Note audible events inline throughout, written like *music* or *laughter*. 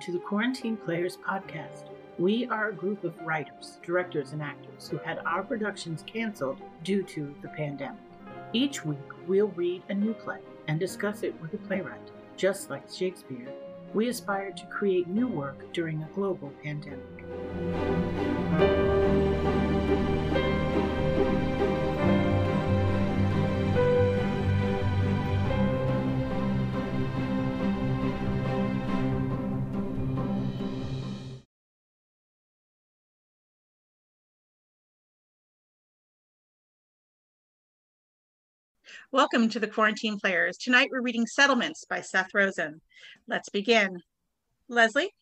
to the Quarantine Players podcast. We are a group of writers, directors, and actors who had our productions canceled due to the pandemic. Each week, we'll read a new play and discuss it with a playwright. Just like Shakespeare, we aspire to create new work during a global pandemic. Welcome to the Quarantine Players. Tonight we're reading Settlements by Seth Rosen. Let's begin. Leslie?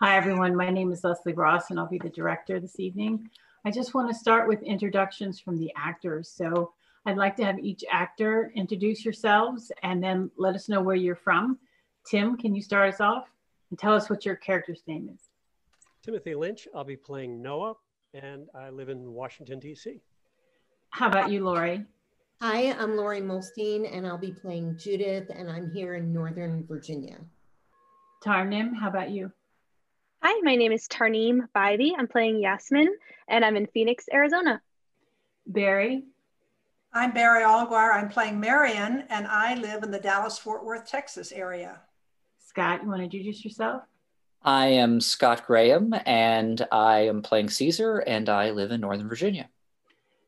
Hi, everyone. My name is Leslie Ross, and I'll be the director this evening. I just want to start with introductions from the actors. So I'd like to have each actor introduce yourselves and then let us know where you're from. Tim, can you start us off and tell us what your character's name is? Timothy Lynch. I'll be playing Noah, and I live in Washington, D.C. How about you, Lori? Hi, I'm Lori Molstein, and I'll be playing Judith, and I'm here in Northern Virginia. Tarnim, how about you? Hi, my name is Tarneem Bybee. I'm playing Yasmin, and I'm in Phoenix, Arizona. Barry? I'm Barry Alguire. I'm playing Marion, and I live in the Dallas Fort Worth, Texas area. Scott, you want to introduce yourself? I am Scott Graham, and I am playing Caesar, and I live in Northern Virginia.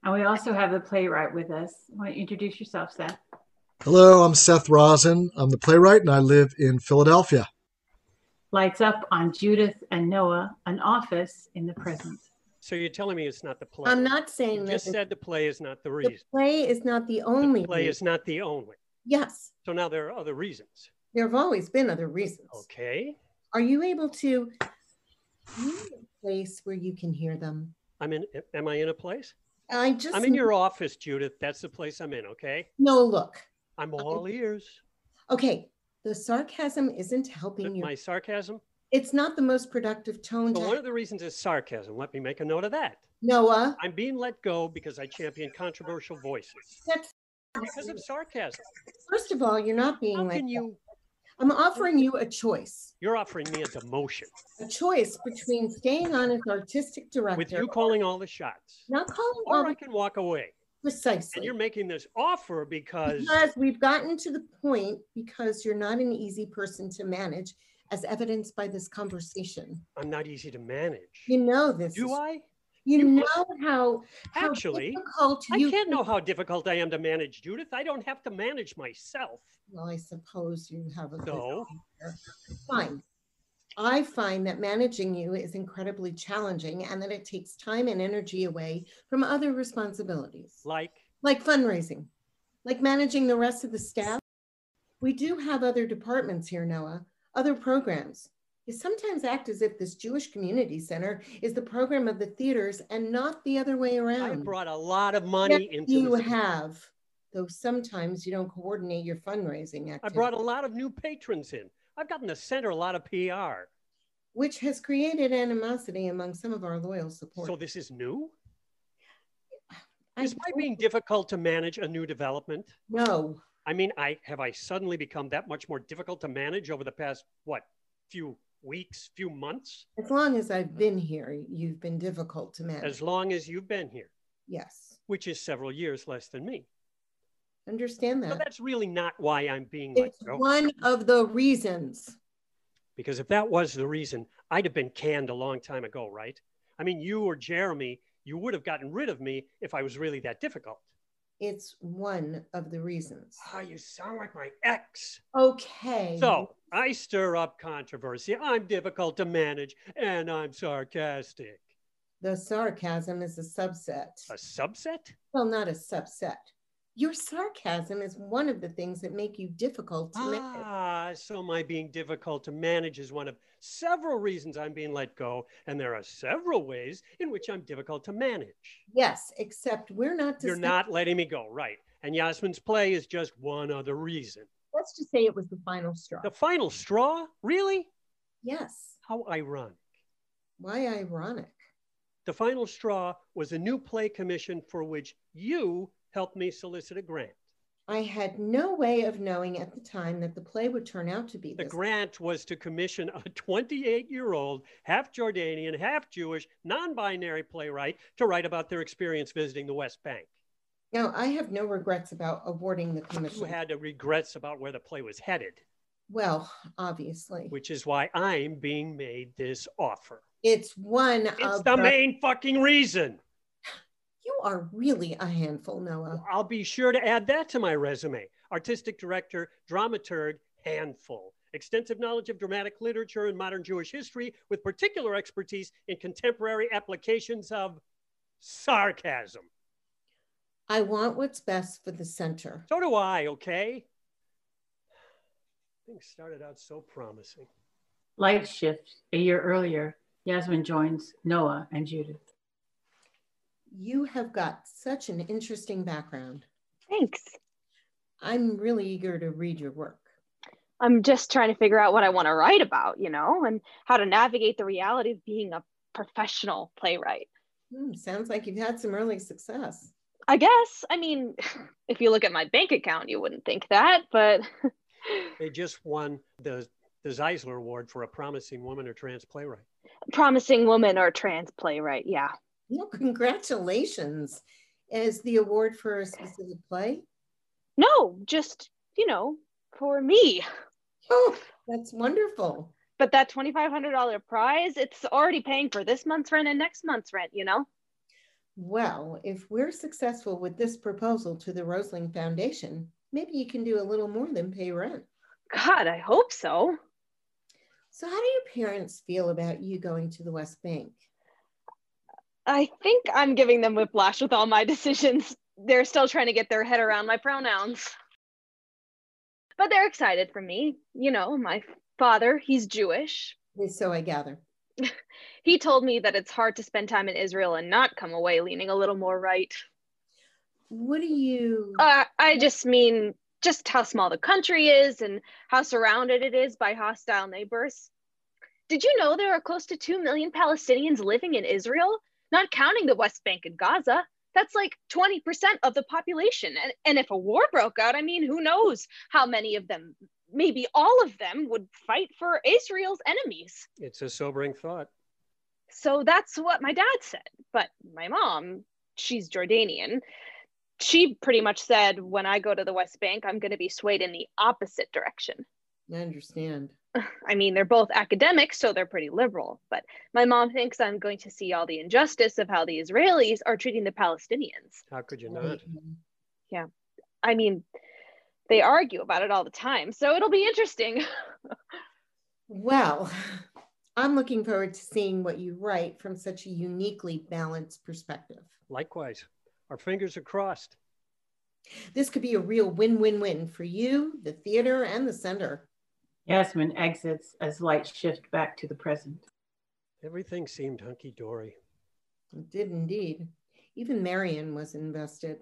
And we also have the playwright with us. Why don't you introduce yourself, Seth? Hello, I'm Seth Rosin. I'm the playwright and I live in Philadelphia. Lights up on Judith and Noah, an office in the present. So you're telling me it's not the play? I'm not saying You that just the said the play is not the the reason. play is not the The only. play is reason. not the only. Yes, So now there are other reasons. there have always been other reasons. Okay. Are you able to are you in a place where you can hear them? I'm in. Am I in a place? I just I'm in your office, Judith. That's the place I'm in. Okay. no look. I'm all ears. Okay, the sarcasm isn't helping you. My sarcasm. It's not the most productive tone. So one To of the reasons is sarcasm. Let me make a note of that. Noah, I'm being let go because I champion controversial voices that's because of sarcasm. first of all, you're not being How like. can that. you? I'm offering you a choice, You're offering me a demotion a choice between staying on as artistic director, with you calling all the shots, not calling or on I can walk away. And precisely. you're making this offer because Because we've gotten to the point because you're not an easy person to manage, as evidenced by this conversation. I'm not easy to manage. You know this. Do is- I? You, you- know how how Actually, difficult I you can't know how difficult I am to manage, Judith. I don't have to manage myself. Well, I suppose you have a good So? answer. Fine. I find that managing you is incredibly challenging and that it takes time and energy away from other responsibilities, Like, like fundraising, like managing the rest of the staff. We do have other departments here, Noah, other programs. You sometimes act as if this Jewish Community Center is the program of the theaters and not the other way around. I brought a lot of money Yes, into you this. have, though sometimes you don't coordinate your fundraising I activities. brought a lot of new patrons in. I've gotten the center a lot of PR. which has created animosity among some of our loyal So supporters. this is new? I Is my don't being difficult to manage a new development? know. I mean, I have I suddenly become that much more difficult to manage over the past what few weeks, few months, As long as I've been here, you've been difficult to manage. as long as you've been here, yes, which is several years less than me. understand So that. that's really not why I'm being let It's go. one of the reasons. Because if that was the reason, I'd have been canned a long time ago, right? I mean, you or Jeremy, you would have gotten rid of me if I was really that difficult. It's one of the reasons. Ah, you sound like my ex. Okay. So I stir up controversy. I'm difficult to manage and I'm sarcastic. the sarcasm is a subset. A subset? Well, not a subset. Your sarcasm is one of the things that make you difficult to manage. Ah, so my being difficult to manage is one of several reasons I'm being let go. And there are several ways in which I'm difficult to manage. Yes, except we're not. You're discussing- not letting me go, right? And Yasmin's play is just one other reason. Let's just say it was the final straw. The final straw? Really? yes. How ironic. Why ironic? The final straw was a new play commission for which you helped me solicit a grant. I had no way of knowing at the time that the play would turn out to be The this. grant was to commission a 28 year old, half Jordanian, half Jewish, non binary playwright to write about their experience visiting the West Bank. Now, I have no regrets about awarding the Who commission. had regrets about where the play was headed, well, obviously. which is why I'm being made this offer. It's one It's of the main fucking reason. You are really a handful, Noah. I'll be sure to add that to my resume. Artistic director, dramaturg, handful. Extensive knowledge of dramatic literature and modern Jewish history, with particular expertise in contemporary applications of sarcasm. I want what's best for the center. So do I, okay? Things started out so promising. Light shift a year earlier. Yasmin joins Noah and Judith. You have got such an interesting background. Thanks. I'm really eager to read your work. I'm just trying to figure out what I want to write about, you know, and how to navigate the reality of being a professional playwright. Hmm, sounds like you've had some early success. I guess, I mean, *laughs* if you look at my bank account, you wouldn't think that, but *laughs* They just won the, the Zeisler Award for a promising woman or trans playwright. promising woman or trans playwright, yeah. Well, congratulations. Is the award for a specific play? No, just, you know, for me. Oh, that's wonderful. But that $2,500 prize, it's already paying for this month's rent and next month's rent, you know? Well, if we're successful with this proposal to the Rosling Foundation, maybe you can do a little more than pay rent. God, I hope so. So, how do your parents feel about you going to the West Bank? I think I'm giving them whiplash with all my decisions. They're still trying to get their head around my pronouns. But they're excited for me. You know, my father, he's Jewish. So, I gather. He told me that it's hard to spend time in Israel and not come away leaning a little more right. What do you? Uh, I just mean just how small the country is and how surrounded it is by hostile neighbors. Did you know there are close to 2 million Palestinians living in Israel, not counting the West Bank and Gaza? That's like 20% of the population. And, and if a war broke out, I mean, who knows how many of them, maybe all of them, would fight for Israel's enemies. It's a sobering thought. So that's what my dad said. But my mom, she's Jordanian. She pretty much said, when I go to the West Bank, I'm going to be swayed in the opposite direction. I understand. I mean, they're both academics, so they're pretty liberal. But my mom thinks I'm going to see all the injustice of how the Israelis are treating the Palestinians. How could you Right. not? I mean, they argue about it all the time, so it'll be interesting. *laughs* Well, *laughs* I'm looking forward to seeing what you write from such a uniquely balanced perspective. Likewise, our fingers are crossed. This could be a real win win win for you, the theater, and the sender. Yasmin exits as light shift back to the present. Everything seemed hunky dory. It did indeed. Even Marion was invested.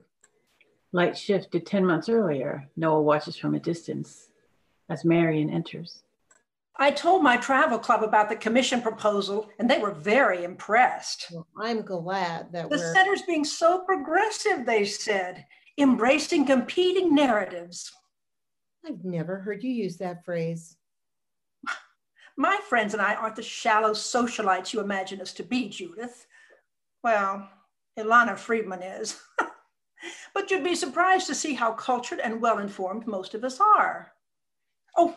Light shift to 10 months earlier. Noah watches from a distance as Marion enters. I told my travel club about the commission proposal, and they were very impressed. Well, I'm glad that The we're. center's being so progressive, they said, embracing competing narratives. I've never heard you use that phrase. My friends and I aren't the shallow socialites you imagine us to be, Judith. Well, Ilana Friedman is. *laughs* but you'd be surprised to see how cultured and well informed most of us are. Oh,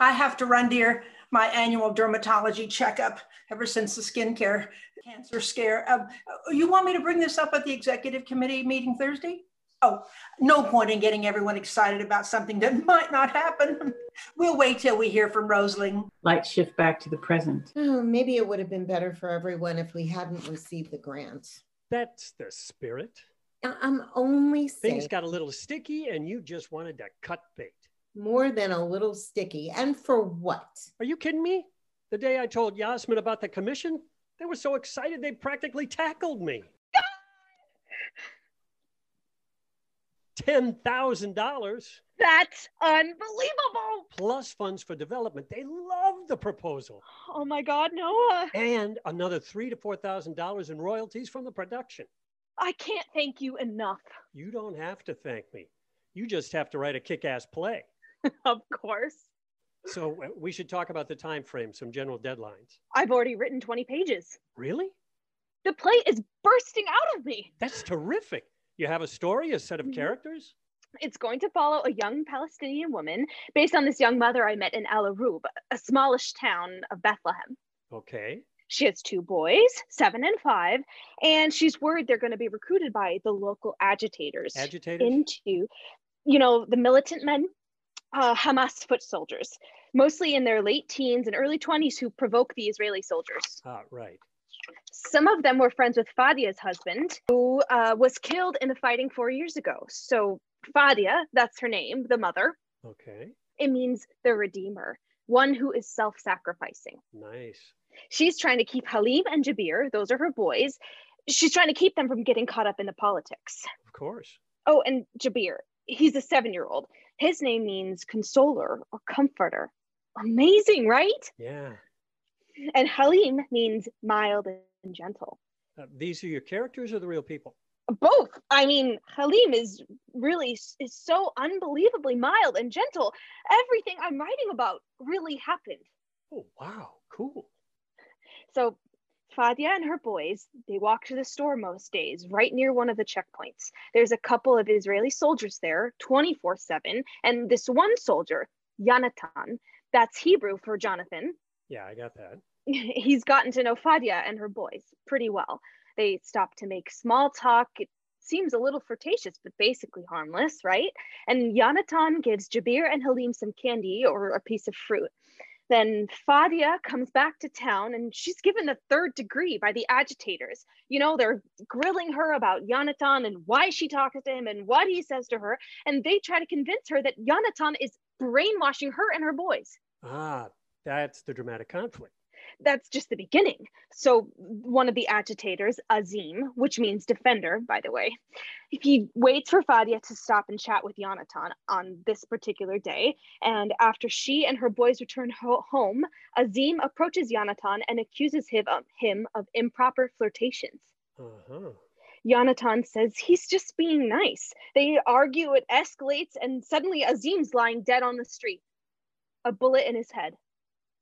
I have to run, dear, my annual dermatology checkup ever since the skincare cancer scare. Um, you want me to bring this up at the executive committee meeting Thursday? Oh, no point in getting everyone excited about something that *laughs* might not happen. we'll wait till we hear from Rosling. Light shift back to the present. Oh, maybe it would have been better for everyone if we hadn't received the grant. That's the spirit. I- I'm only Things saying got a little sticky and you just wanted to cut bait. more than a little sticky. And for what? Are you kidding me? The day I told Yasmin about the commission, they were so excited they practically tackled me. $10,000 That's unbelievable. plus funds for development. They love the proposal Oh my God, Noah. and another three to four thousand dollars in royalties from the production. I can't thank you enough. *laughs* You don't have to thank me. You just have to write a kick ass play. of course. So uh, we should talk about the time frame, some general deadlines. I've already written 20 pages. Really? The play is bursting out of me. That's terrific. You have a story, a set of Mhm. characters? It's going to follow a young Palestinian woman based on this young mother I met in Al Arub, a smallish town of Bethlehem. Okay. She has two boys, seven and five, and she's worried they're going to be recruited by the local agitators Agitators? into, you know, the militant men, uh, Hamas foot soldiers, mostly in their late teens and early 20s who provoke the Israeli soldiers. ah, right. Some of them were friends with Fadia's husband, who uh, was killed in the fighting four years ago. So, Fadia, that's her name, the mother, Okay. it means the redeemer, one who is self sacrificing. Nice. She's trying to keep Halim and Jabir, those are her boys, she's trying to keep them from getting caught up in the politics. Of course. Oh, and Jabir, he's a seven year old. His name means consoler or comforter. Amazing, right? Yeah. And Halim means mild and gentle. Uh, these are your characters or the real people? both i mean halim is really is so unbelievably mild and gentle everything i'm writing about really happened Oh, wow. Cool. so fadia and her boys they walk to the store most days right near one of the checkpoints there's a couple of israeli soldiers there 24-7 and this one soldier yonatan that's hebrew for jonathan Yeah, I got that. *laughs* he's gotten to know Fadia and her boys pretty well. They stop to make small talk. It seems a little flirtatious, but basically harmless, right? And Yonatan gives Jabir and Halim some candy or a piece of fruit. Then Fadia comes back to town and she's given the third degree by the agitators. You know, they're grilling her about Yonatan and why she talks to him and what he says to her. And they try to convince her that Yonatan is brainwashing her and her boys Ah, that's the dramatic conflict. that's just the beginning. So one of the agitators, Azim, which means defender, by the way, he waits for Fadia to stop and chat with Yonatan on this particular day. And after she and her boys return ho- home, Azim approaches Yonatan and accuses him of, him of improper flirtations. Uh huh. Yonatan says he's just being nice. They argue, it escalates, and suddenly Azim's lying dead on the street, a bullet in his head.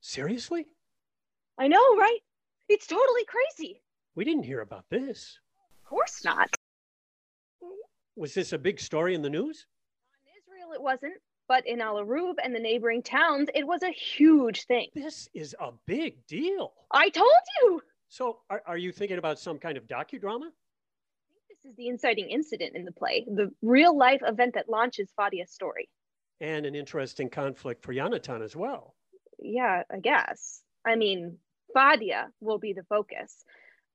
Seriously? I know, right? It's totally crazy. We didn't hear about this. Of course not. Was this a big story in the news? In Israel, it wasn't, but in Al Arub and the neighboring towns, it was a huge thing. This is a big deal. I told you! So, are, are you thinking about some kind of docudrama? This is the inciting incident in the play, the real life event that launches Fadia's story. And an interesting conflict for Yonatan as well. Yeah, I guess. I mean, Fadia will be the focus.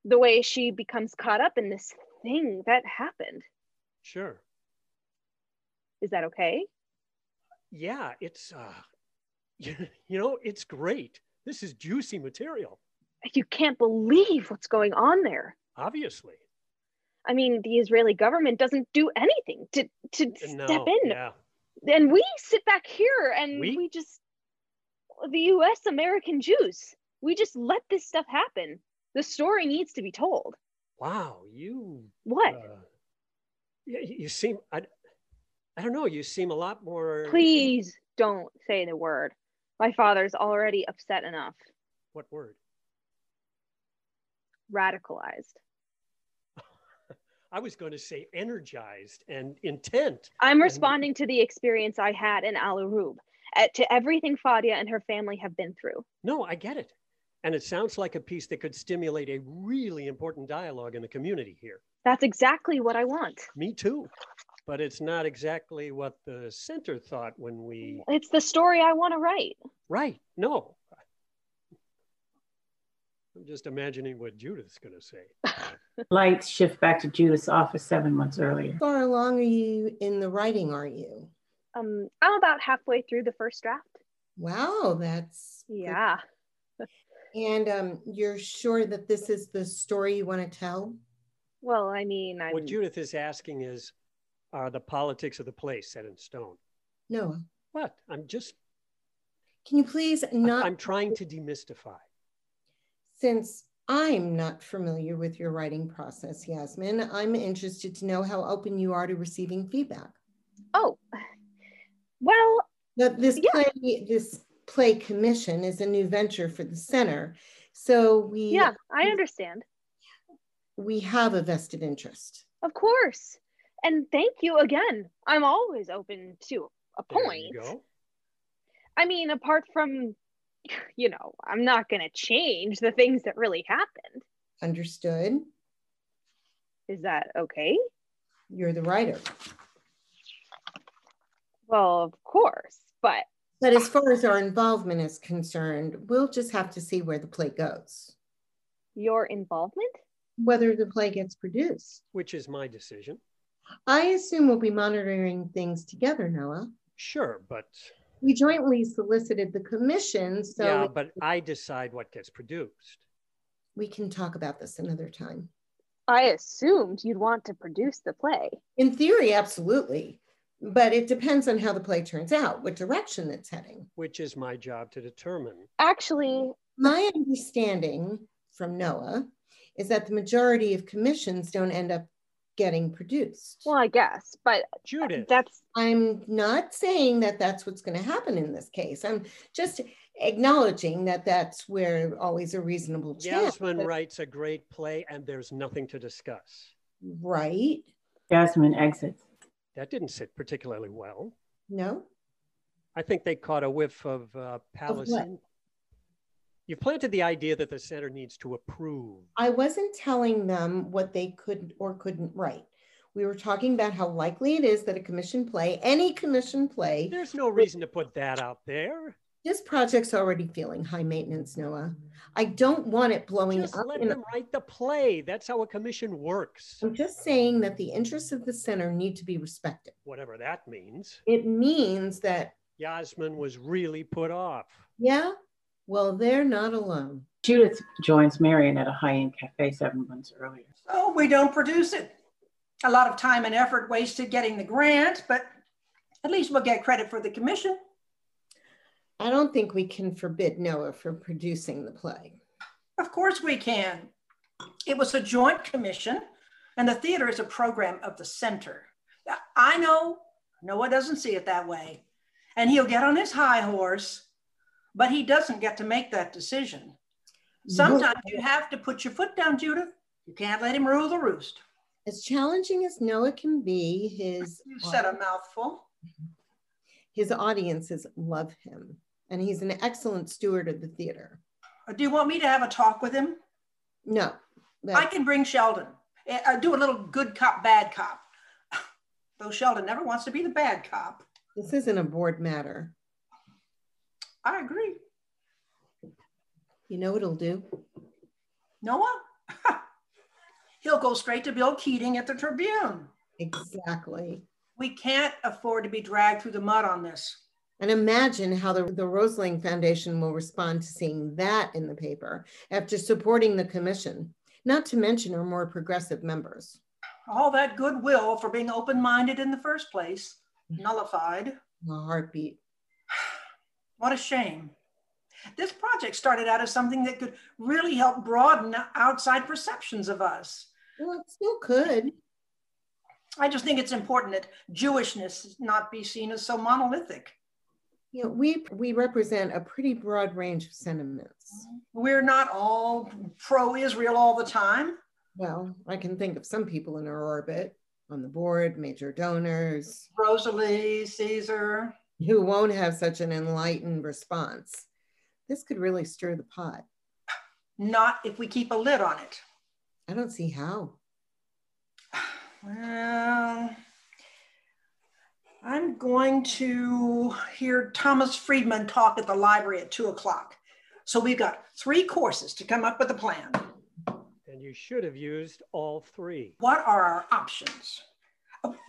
The way she becomes caught up in this thing that happened. Sure. Is that okay? Yeah, it's, uh, *laughs* you know, it's great. This is juicy material, You can't believe what's going on there. obviously. I mean, the Israeli government doesn't do anything to, to No, step in Yeah. and we sit back here and We? we, just the US American Jews. We just let this stuff happen. The story needs to be told. Wow, you. What? Uh, you, you seem. I, I don't know. You seem a lot more. Please don't say the word. My father's already upset enough, What word? radicalized. I was going to say energized and intent. I'm responding to the experience I had in Al Arub, at, to everything Fadia and her family have been through. No, I get it. And it sounds like a piece that could stimulate a really important dialogue in the community here. That's exactly what I want. Me too. But it's not exactly what the center thought when we. It's the story I want to write. Right. No. I'm just imagining what Judith's going to say. Lights shift back to Judith's office seven months earlier. Far along are you in the writing, are you? *laughs* Um, I'm about halfway through the first draft. Wow, that's Yeah. And um, you're sure that this is the story you want to tell? Well, I mean, I'm What Judith is asking is are the politics of the place set in stone? Noah, What? I'm just, can you please not, I'm trying to demystify. since I'm not familiar with your writing process, Yasmin, I'm interested to know how open you are to receiving feedback. Oh, well, Now, this Yeah. play, this play commission is a new venture for the center. So we yeah, I understand. we have a vested interest. Of course. And thank you again. I'm always open to a There you point. go. I mean, apart from, *sighs* you know, I'm not going to change the things that really happened. Understood? Is that okay? You're the writer. Well, of course. But But as far as our involvement is concerned, we'll just have to see where the play goes, your involvement? whether the play gets produced. Which is my decision. I assume we'll be monitoring things together, Noah. Sure, but We jointly solicited the commission, so yeah, but I decide what gets produced. we can talk about this another time. I assumed you'd want to produce the play. In theory, absolutely. But it depends on how the play turns out, what direction it's heading. which is my job to determine. Actually, My understanding from Noah is that the majority of commissions don't end up getting produced. well, I guess, but Judith, that's I'm not saying that that's what's going to happen in this case. I'm just acknowledging that that's where always a reasonable chance. Yasmin that- writes a great play and there's nothing to discuss. right? Jasmine exits. That didn't sit particularly well. No? I think they caught a whiff of uh, Palestine. You've planted the idea that the center needs to approve. I wasn't telling them what they could or couldn't write. We were talking about how likely it is that a commission play, any commission play, There's no reason to put that out there. this project's already feeling high maintenance, Noah. I don't want it blowing Just up. let in- them write the play. That's how a commission works, I'm just saying that the interests of the center need to be respected. whatever that means. It means that, Yasmin was really put off. yeah, well, they're not alone. Judith joins Marion at a high end cafe seven months earlier. So we don't produce it. A lot of time and effort wasted getting the grant, but at least we'll get credit for the commission. I don't think we can forbid Noah from producing the play. Of course we can. It was a joint commission, and the theater is a program of the center. I know Noah doesn't see it that way, and he'll get on his high horse, but he doesn't get to make that decision. Sometimes you have to put your foot down, Judith. You can't let him rule the roost. As challenging as Noah can be, his You said a mouthful. his audiences love him, and he's an excellent steward of the theater. Do you want me to have a talk with him? No, I that- can bring Sheldon. Eh, uh, do a little good cop, bad cop. *laughs* Though Sheldon never wants to be the bad cop. this isn't a board matter. I agree. You know what it'll do? Noah? *laughs* He'll go straight to Bill Keating at the Tribune. Exactly. We can't afford to be dragged through the mud on this. And imagine how the, the Rosling Foundation will respond to seeing that in the paper after supporting the commission, not to mention our more progressive members. All that goodwill for being open minded in the first place, nullified. A heartbeat. What a shame. This project started out as something that could really help broaden outside perceptions of us. Well, it still could. I just think it's important that Jewishness not be seen as so monolithic. You know, we we represent a pretty broad range of sentiments. We're not all pro Israel all the time. Well, I can think of some people in our orbit on the board, major donors, Rosalie, Caesar, who won't have such an enlightened response. This could really stir the pot. not if we keep a lid on it. I don't see how. Well, I'm going to hear Thomas Friedman talk at the library at two o'clock. So we've got three courses to come up with a plan. And you should have used all three. What are our options?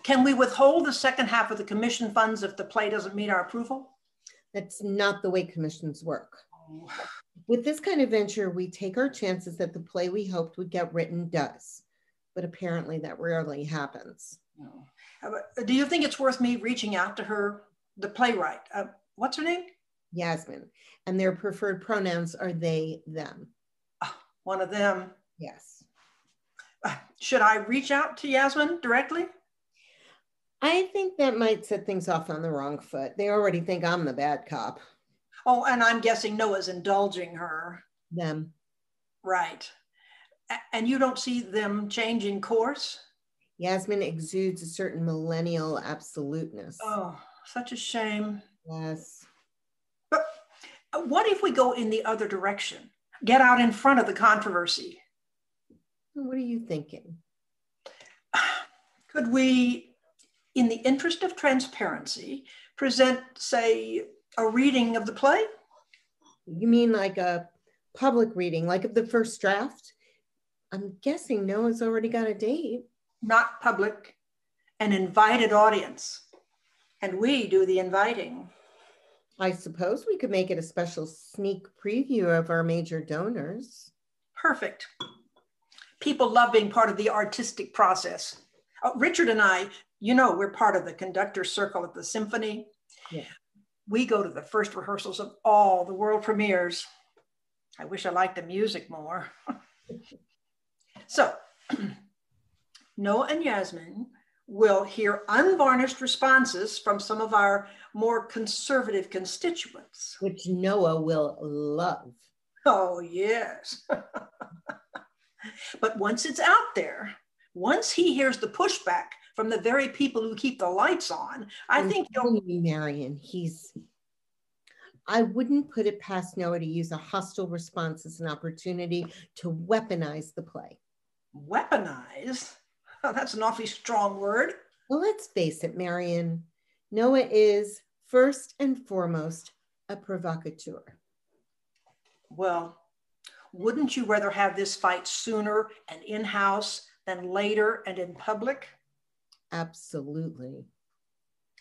Can we withhold the second half of the commission funds if the play doesn't meet our approval? That's not the way commissions work. With this kind of venture, we take our chances that the play we hoped would get written does, but apparently that rarely happens. No. Uh, Do you think it's worth me reaching out to her, the playwright? Uh, what's her name? Yasmin, and their preferred pronouns are they, them. One of them. Yes. Uh, Should I reach out to Yasmin directly? I think that might set things off on the wrong foot. They already think I'm the bad cop. Oh, and I'm guessing Noah's indulging her. Them. Right. A- and you don't see them changing course? Yasmin exudes a certain millennial absoluteness. Oh, such a shame. Yes. But what if we go in the other direction? Get out in front of the controversy. What are you thinking? Could we, in the interest of transparency, present, say, a reading of the play? You mean like a public reading, like of the first draft? I'm guessing Noah's already got a date. Not public, an invited audience. And we do the inviting. I suppose we could make it a special sneak preview of our major donors. Perfect. People love being part of the artistic process. Uh, Richard and I, you know, we're part of the conductor circle at the symphony. Yeah. We go to the first rehearsals of all the world premieres. I wish I liked the music more. *laughs* so, *clears throat* Noah and Yasmin will hear unvarnished responses from some of our more conservative constituents. Which Noah will love. Oh, yes. *laughs* but once it's out there, once he hears the pushback from the very people who keep the lights on, I I'm think he'll. telling you, Marion, he's. I wouldn't put it past Noah to use a hostile response as an opportunity to weaponize the play. weaponize. Oh, that's an awfully strong word. Well, let's face it, Marion. Noah is first and foremost a provocateur. Well, wouldn't you rather have this fight sooner and in house than later and in public? Absolutely.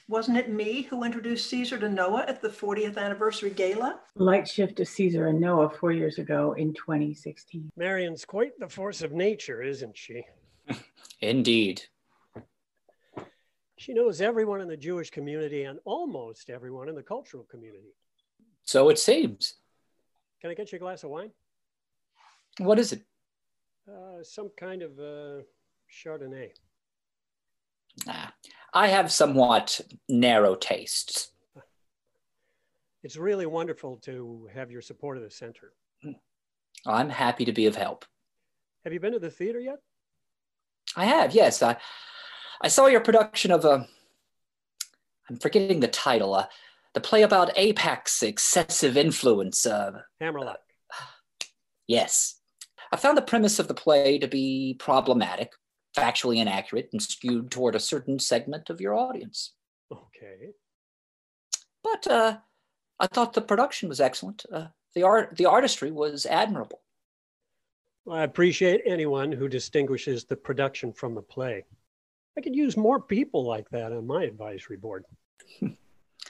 Wasn't it me who introduced Caesar to Noah at the 40th anniversary gala? Light shift of Caesar and Noah four years ago in 2016. Marion's quite the force of nature, isn't she? Indeed. She knows everyone in the Jewish community and almost everyone in the cultural community. So it seems. Can I get you a glass of wine? What is it? Uh, some kind of uh, Chardonnay. Ah, I have somewhat narrow tastes. It's really wonderful to have your support of the center. I'm happy to be of help. Have you been to the theater yet? I have, yes. I, I saw your production of a. I'm forgetting the title. Uh, the play about Apac's excessive influence. Uh, Hammerlock. yes. I found the premise of the play to be problematic, factually inaccurate, and skewed toward a certain segment of your audience. Okay. But uh, I thought the production was excellent. Uh, the art, the artistry was admirable. Well, I appreciate anyone who distinguishes the production from the play. I could use more people like that on my advisory board.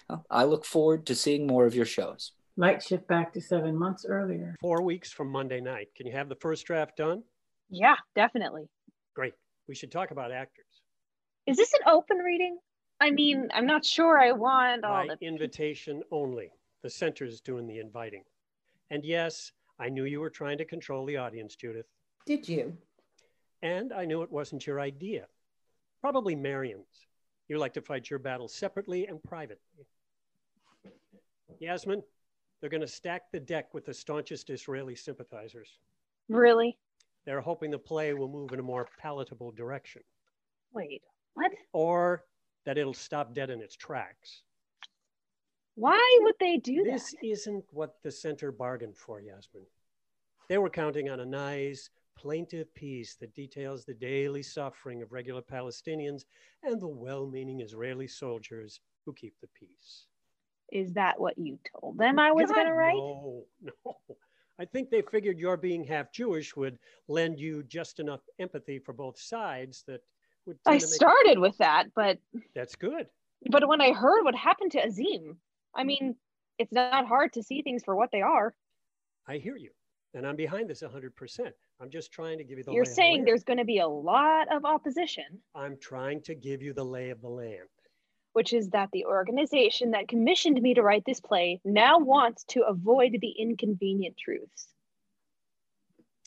Well, I look forward to seeing more of your shows. Light shift back to seven months earlier. Four weeks from Monday night. Can you have the first draft done? Yeah, definitely. Great. We should talk about actors. Is this an open reading? I Mm-hmm. mean, I'm not sure I want all By the. invitation only. The center's doing the inviting. And yes, I knew you were trying to control the audience, Judith. Did you? And I knew it wasn't your idea. Probably Marion's. You like to fight your battles separately and privately. Yasmin, they're going to stack the deck with the staunchest Israeli sympathizers. Really? They're hoping the play will move in a more palatable direction Wait, what? or that it'll stop dead in its tracks. Why would they do This isn't what the center bargained for, Yasmin. They were counting on a nice, plaintive piece that details the daily suffering of regular Palestinians and the well meaning Israeli soldiers who keep the peace. that? Is that what you told them I was God, going to write? No, *laughs* no. I think they figured your being half Jewish would lend you just enough empathy for both sides that would. I tend to make it- started with that, but That's good. but when I heard what happened to Azim, I mean, it's not hard to see things for what they are. I hear you. And I'm behind this 100%. I'm just trying to give you the lay You're of the saying land. there's going to be a lot of opposition, I'm trying to give you the lay of the land. which is that the organization that commissioned me to write this play now wants to avoid the inconvenient truths.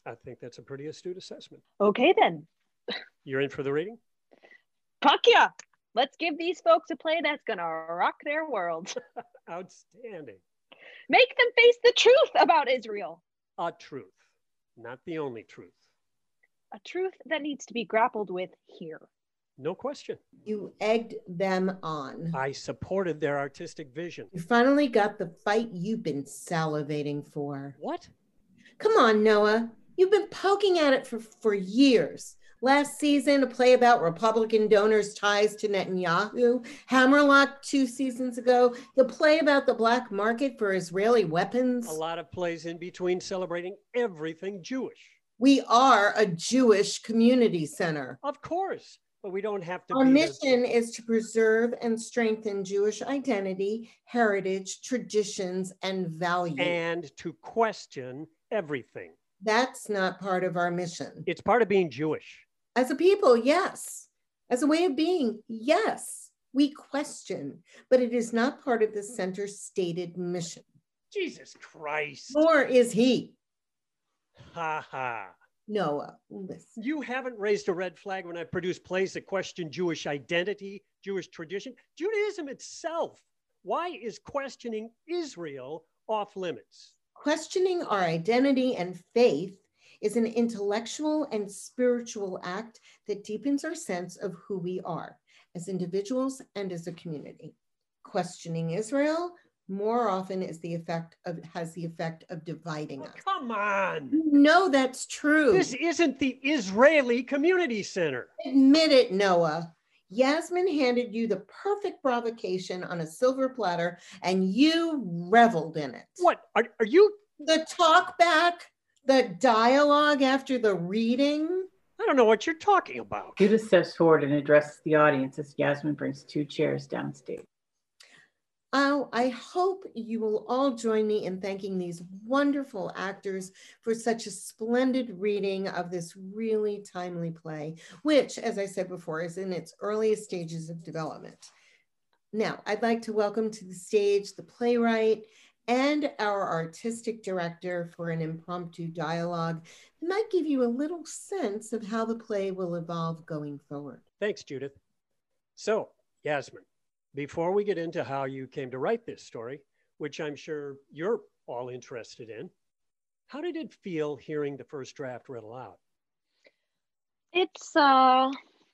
I think that's a pretty astute assessment. Okay, then. You're in for the reading? Fuck yeah. Let's give these folks a play that's going to rock their world. *laughs* Outstanding. Make them face the truth about Israel. A truth, not the only truth. A truth that needs to be grappled with here. No question. You egged them on. I supported their artistic vision. You finally got the fight you've been salivating for. What? Come on, Noah. You've been poking at it for, for years. Last season, a play about Republican donors' ties to Netanyahu. Hammerlock two seasons ago, the play about the black market for Israeli weapons. A lot of plays in between celebrating everything Jewish. We are a Jewish community center. Of course, but we don't have to. Our be the- mission is to preserve and strengthen Jewish identity, heritage, traditions, and values. and to question everything. That's not part of our mission. It's part of being Jewish. As a people, yes. As a way of being, yes. We question, but it is not part of the center's stated mission. Jesus Christ. Nor is he. Ha ha. Noah, listen. You haven't raised a red flag when I produce plays that question Jewish identity, Jewish tradition, Judaism itself. Why is questioning Israel off limits? Questioning our identity and faith is an intellectual and spiritual act that deepens our sense of who we are as individuals and as a community. Questioning Israel more often is the effect of has the effect of dividing Oh, us. come on. You know that's true. This isn't the Israeli Community Center. Admit it, Noah. Yasmin handed you the perfect provocation on a silver platter and you reveled in it. What? Are, are you? The talk back, the dialogue after the reading. I don't know what you're talking about. Judith steps forward and addresses the audience as Yasmin brings two chairs downstage. Oh, I hope you will all join me in thanking these wonderful actors for such a splendid reading of this really timely play, which, as I said before, is in its earliest stages of development. Now, I'd like to welcome to the stage the playwright and our artistic director for an impromptu dialogue that might give you a little sense of how the play will evolve going forward. Thanks, Judith. So, Yasmin, before we get into how you came to write this story, which I'm sure you're all interested in, how did it feel hearing the first draft read aloud? It's uh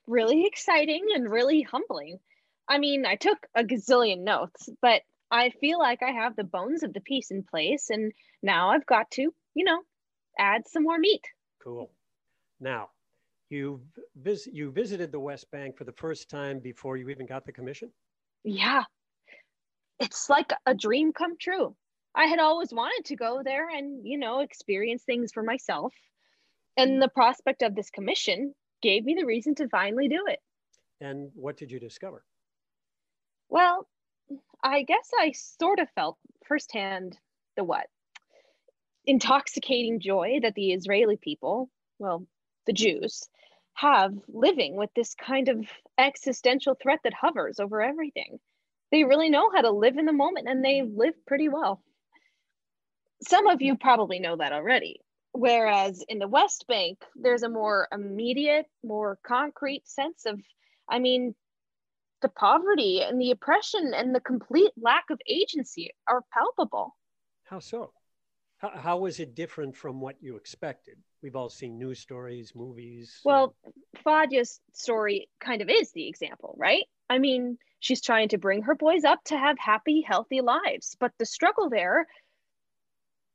really exciting and really humbling. I mean, I took a gazillion notes, but I feel like I have the bones of the piece in place and now I've got to, you know, add some more meat. Cool. Now, you vis- you visited the West Bank for the first time before you even got the commission. Yeah. It's like a dream come true. I had always wanted to go there and, you know, experience things for myself. And the prospect of this commission gave me the reason to finally do it. And what did you discover? Well, I guess I sort of felt firsthand the what? Intoxicating joy that the Israeli people, well, the Jews, have living with this kind of existential threat that hovers over everything. They really know how to live in the moment and they live pretty well. Some of you probably know that already. Whereas in the West Bank, there's a more immediate, more concrete sense of, I mean, the poverty and the oppression and the complete lack of agency are palpable. How so? How, how was it different from what you expected? We've all seen news stories, movies. Well, Fadia's story kind of is the example, right? I mean, she's trying to bring her boys up to have happy, healthy lives, but the struggle there,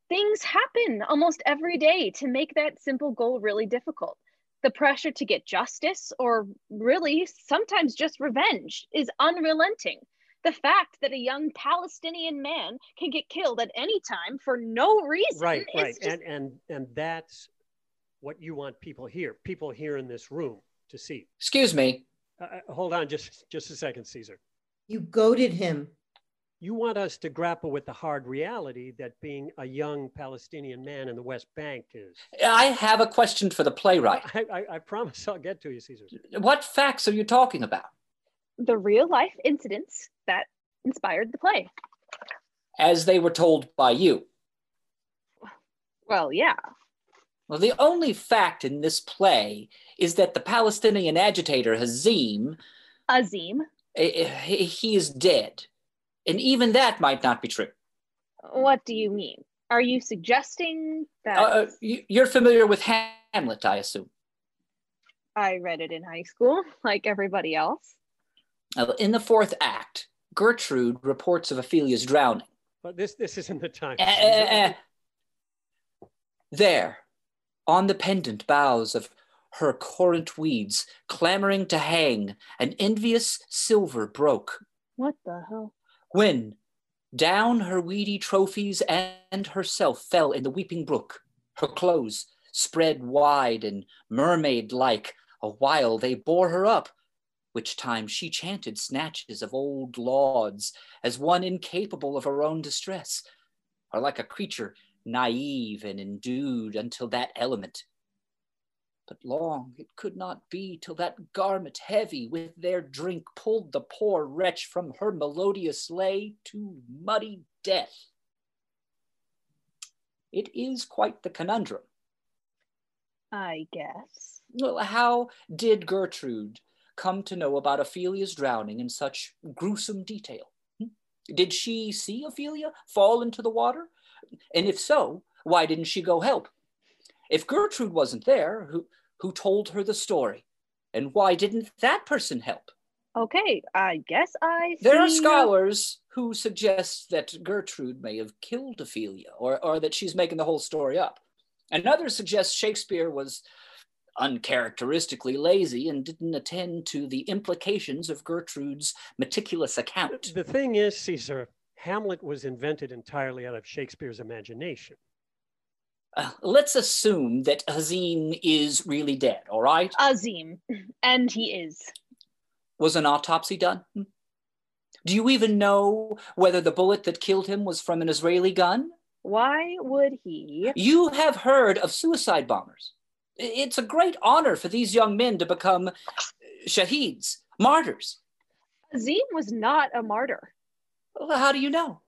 things happen almost every day to make that simple goal really difficult. The pressure to get justice, or really sometimes just revenge, is unrelenting. The fact that a young Palestinian man can get killed at any time for no reason right, is right, just and and and that's what you want people here, people here in this room to see. Excuse me. Uh, uh, hold on, just just a second, Caesar. You goaded him. You want us to grapple with the hard reality that being a young Palestinian man in the West Bank is. I have a question for the playwright. I, I, I promise I'll get to you, Caesar. What facts are you talking about? the real life incidents that inspired the play. As they were told by you. Well, yeah. Well, the only fact in this play is that the Palestinian agitator, Hazim, Azim, Eh, eh, He he is dead. And even that might not be true. What do you mean? Are you suggesting that Uh, you- you're familiar with Hamlet, I assume. I read it in high school, like everybody else? Uh, in the fourth act, Gertrude reports of Ophelia's drowning. But this this isn't the time. Eh, eh, eh, eh. There, on the pendant boughs of her corant weeds, clamoring to hang, an envious silver broke. What the hell? When down her weedy trophies and herself fell in the weeping brook, her clothes spread wide and mermaid like, a while they bore her up, which time she chanted snatches of old lauds as one incapable of her own distress, or like a creature naive and endued until that element. But long it could not be till that garment heavy with their drink pulled the poor wretch from her melodious lay to muddy death. It is quite the conundrum. I guess. Well, how did Gertrude come to know about Ophelia's drowning in such gruesome detail? Hmm? Did she see Ophelia fall into the water? And if so, why didn't she go help? If Gertrude wasn't there, who, who told her the story? And why didn't that person help? Okay, I guess I. There are see no- scholars who suggest that Gertrude may have killed Ophelia or, or that she's making the whole story up. And others suggest Shakespeare was uncharacteristically lazy and didn't attend to the implications of Gertrude's meticulous account. The thing is, Caesar, Hamlet was invented entirely out of Shakespeare's imagination. Uh, let's assume that Hazim is really dead, all right? Azim, and he is. Was an autopsy done? Hmm? Do you even know whether the bullet that killed him was from an Israeli gun? Why would he? You have heard of suicide bombers. I- It's a great honor for these young men to become shaheeds, martyrs. Azim was not a martyr. Well, How do you know?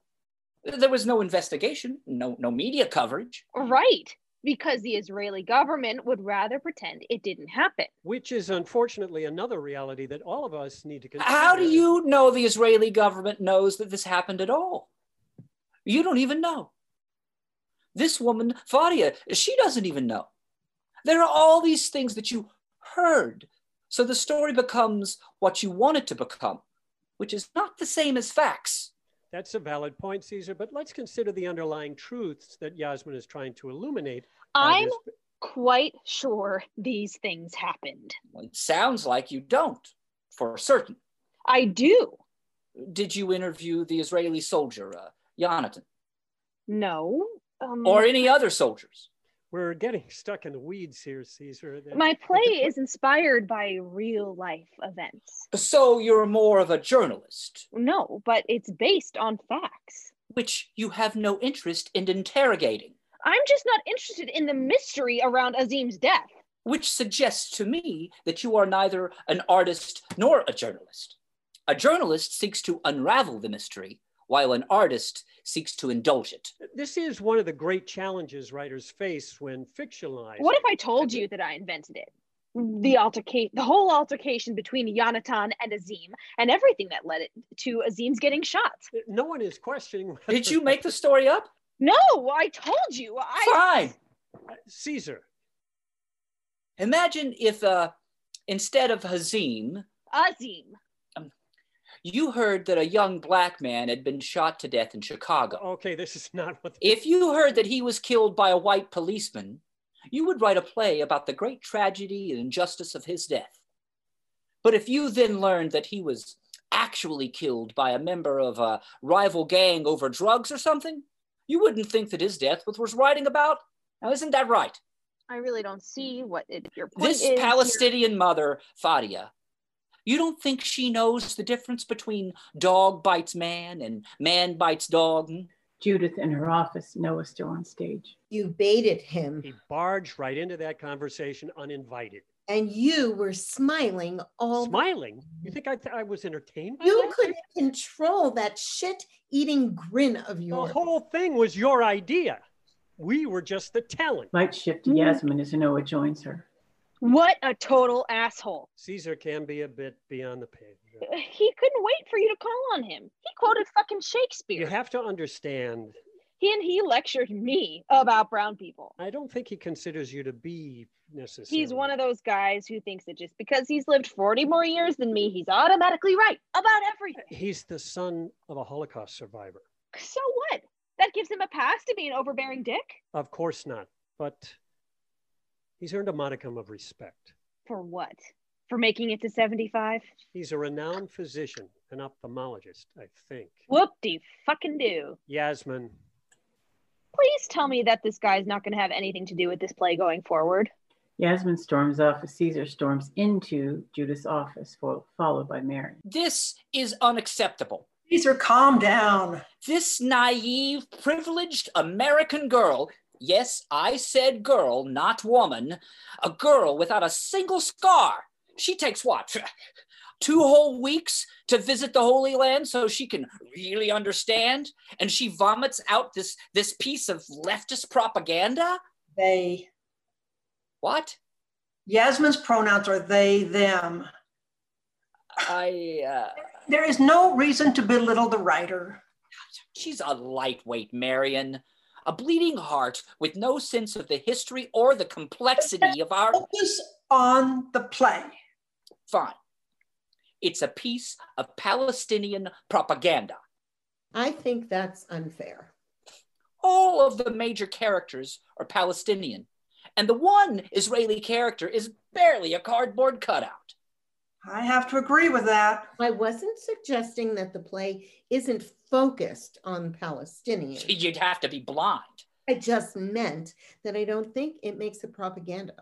There was no investigation, no, no media coverage. Right, because the Israeli government would rather pretend it didn't happen. Which is unfortunately another reality that all of us need to consider. How do you know the Israeli government knows that this happened at all? You don't even know. This woman, Fadia, she doesn't even know. There are all these things that you heard. So the story becomes what you want it to become, which is not the same as facts. That's a valid point, Caesar, but let's consider the underlying truths that Yasmin is trying to illuminate. out of I'm this- quite sure these things happened. It sounds like you don't, for certain. I do. Did you interview the Israeli soldier, uh, Yonatan, No. Um, or any other soldiers? We're getting stuck in the weeds here, Caesar. *laughs* That- my play is inspired by real life events. So you're more of a journalist. No, but it's based on facts. which you have no interest in interrogating, I'm just not interested in the mystery around Azim's death. which suggests to me that you are neither an artist nor a journalist. A journalist seeks to unravel the mystery, while an artist seeks to indulge it. This is one of the great challenges writers face when fictionalized. What if I told you that I invented it? Mm-hmm. The altercation, the whole altercation between Yonatan and Azim, and everything that led it to Azim's getting shot. No one is questioning. Did whether- you make the story up? No, I told you. I Fine. *laughs* Caesar? Imagine if uh, instead of Hazim, Azim. you heard that a young black man had been shot to death in Chicago. Okay, this is *laughs* not what. If you heard that he was killed by a white policeman, you would write a play about the great tragedy and injustice of his death. But if you then learned that he was actually killed by a member of a rival gang over drugs or something, you wouldn't think that his death was worth writing about. Now, isn't that right? I really don't see what it, your point This is. here. Palestinian mother, Fadia, you don't think she knows the difference between dog bites man and man bites dog? hmm? Judith in her office, Noah still on stage. You baited him, He barged right into that conversation uninvited, and you were smiling all. the smiling. You think I, I was entertained? by You that? couldn't control that shit-eating grin of The yours. whole thing was your idea. We were just the talent. Light shift Mm. to Yasmin as Noah joins her. What a total asshole. Caesar can be a bit beyond the pale. He couldn't wait for you to call on him. He quoted fucking You Shakespeare. have to understand, he and he lectured me about brown people. I don't think he considers you to be necessarily. He's one of those guys who thinks that just because he's lived 40 more years than me, he's automatically right about everything. He's the son of a Holocaust survivor. So what? That gives him a pass to be an overbearing dick? Of course not, but he's earned a modicum of respect. For what? For making it to 75? He's a renowned physician, an ophthalmologist, I think. Whoop de fucking do. Yasmin, Please tell me that this guy's not going to have anything to do with this play going forward. Yasmin storms off as Caesar storms into Judith's office, fo- followed by Mary. This is unacceptable. Caesar, calm down. This naive, privileged American girl, yes, I said girl, not woman, a girl without a single scar. She takes what? *laughs* Two whole weeks to visit the Holy Land so she can really understand? And she vomits out this, this piece of leftist propaganda? They. What? Yasmin's pronouns are they, them. I. Uh... There is no reason to belittle the writer. She's a lightweight, Marion. A bleeding heart with no sense of the history or the complexity of our. Focus on the play. Fine. It's a piece of Palestinian propaganda. I think that's unfair. All of the major characters are Palestinian, and the one Israeli character is barely a cardboard cutout. I have to agree with that. I wasn't suggesting that the play isn't focused on Palestinians. You'd have to be blind. I just meant that I don't think it makes it propaganda.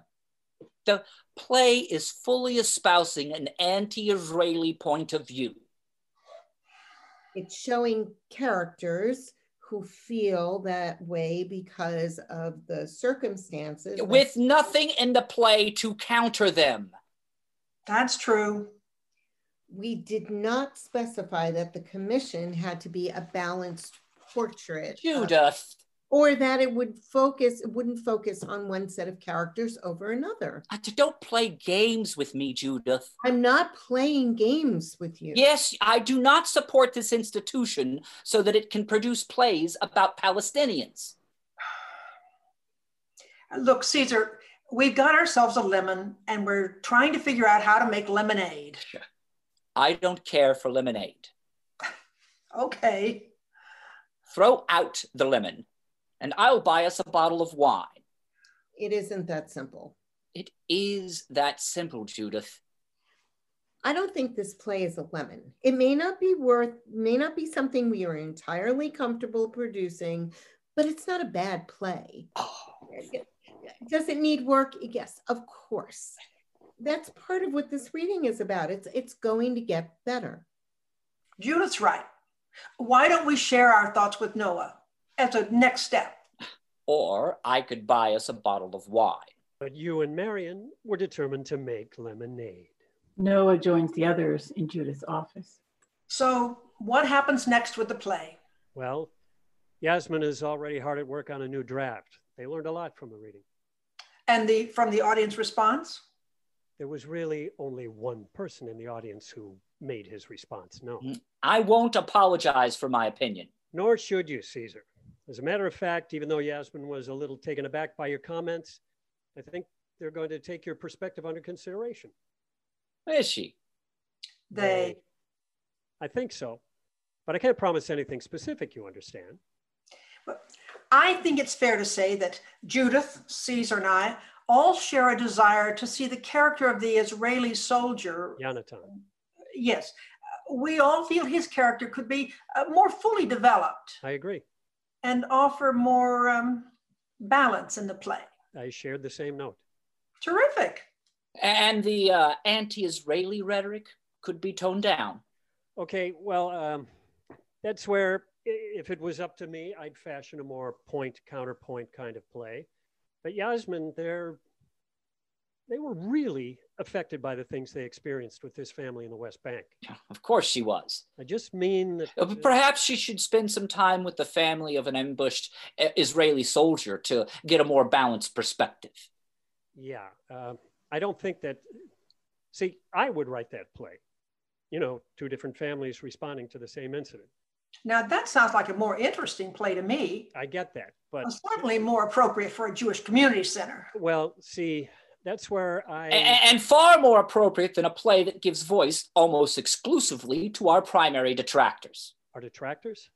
The play is fully espousing an anti Israeli point of view. It's showing characters who feel that way because of the circumstances. that- With nothing in the play to counter them. That's true. we did not specify that the commission had to be a balanced portrait of- Judith, or that it would focus it wouldn't focus on one set of characters over another Uh, d- Don't play games with me, Judith. i'm not playing games with you Yes, I do not support this institution so that it can produce plays about Palestinians. Look, Caesar, we've got ourselves a lemon and we're trying to figure out how to make lemonade. I don't care for lemonade. Okay. Throw out the lemon, and I'll buy us a bottle of wine. it isn't that simple It is that simple, Judith. i don't think this play is a lemon it may not be worth may not be something we are entirely comfortable producing but it's not a bad play Oh, does it need work yes of course that's part of what this reading is about it's it's going to get better Judith's right. Why don't we share our thoughts with Noah as a next step? or I could buy us a bottle of wine. but you and Marion were determined to make lemonade. Noah joins the others in Judith's office. So, what happens next with the play? Well, Yasmin is already hard at work on a new draft. They learned a lot from the reading. And the from the audience response? There was really only one person in the audience who made his response no. Mm. I won't apologize for my opinion. Nor should you, Caesar. As a matter of fact, even though Yasmin was a little taken aback by your comments, I think they're going to take your perspective under consideration. Where is she? They I think so. But I can't promise anything specific, you understand. I think it's fair to say that Judith, Caesar, and I all share a desire to see the character of the Israeli soldier. Yonatan. Yes, uh, we all feel his character could be uh, more fully developed I agree. and offer more um, balance in the play. I shared the same note. Terrific. And the uh, anti Israeli rhetoric could be toned down. Okay, well, um, that's where, i- if it was up to me, I'd fashion a more point counterpoint kind of play. But Yasmin, they're, they were really affected by the things they experienced with this family in the West Bank. Of course, she was. I just mean that Uh, Perhaps she should spend some time with the family of an ambushed uh, Israeli soldier to get a more balanced perspective. Yeah, um, I don't think that. See, I would write that play. you know, two different families responding to the same incident. Now, that sounds like a more interesting play to me, I get that, but and certainly more appropriate for a Jewish community center. well, see, that's where I. A- a- and far more appropriate than a play that gives voice almost exclusively to our primary detractors. Are detractors?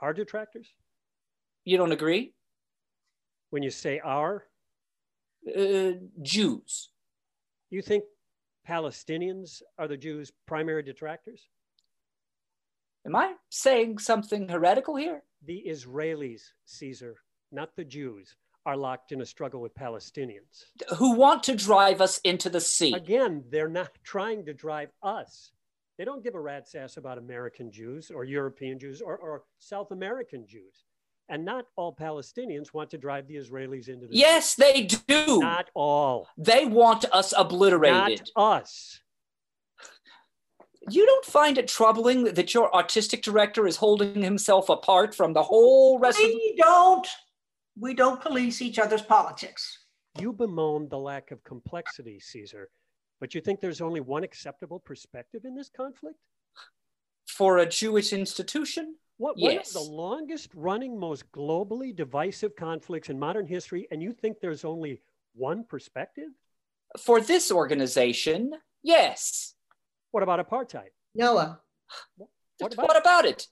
Are detractors? You don't agree? When you say "our," Uh, Jews. you think Palestinians are the Jews' primary detractors? Am I saying something heretical here? The Israelis, Caesar, not the Jews, are locked in a struggle with Palestinians. Who want to drive us into the sea? Again, they're not *laughs* trying to drive us. They don't give a rat's ass about American Jews or European Jews or, or South American Jews. And not all Palestinians want to drive the Israelis into the Yes, they do. Not all. they want us obliterated. Not us. you don't find it troubling that your artistic director is holding himself apart from the whole rest of We don't, we don't police each other's politics. You bemoan the lack of complexity, Caesar, but you think there's only one acceptable perspective in this conflict? for a Jewish institution? What Yes. one of the longest running, most globally divisive conflicts in modern history, and you think there's only one perspective? For this organization? Yes. What about apartheid? Noah, What What about- about, it?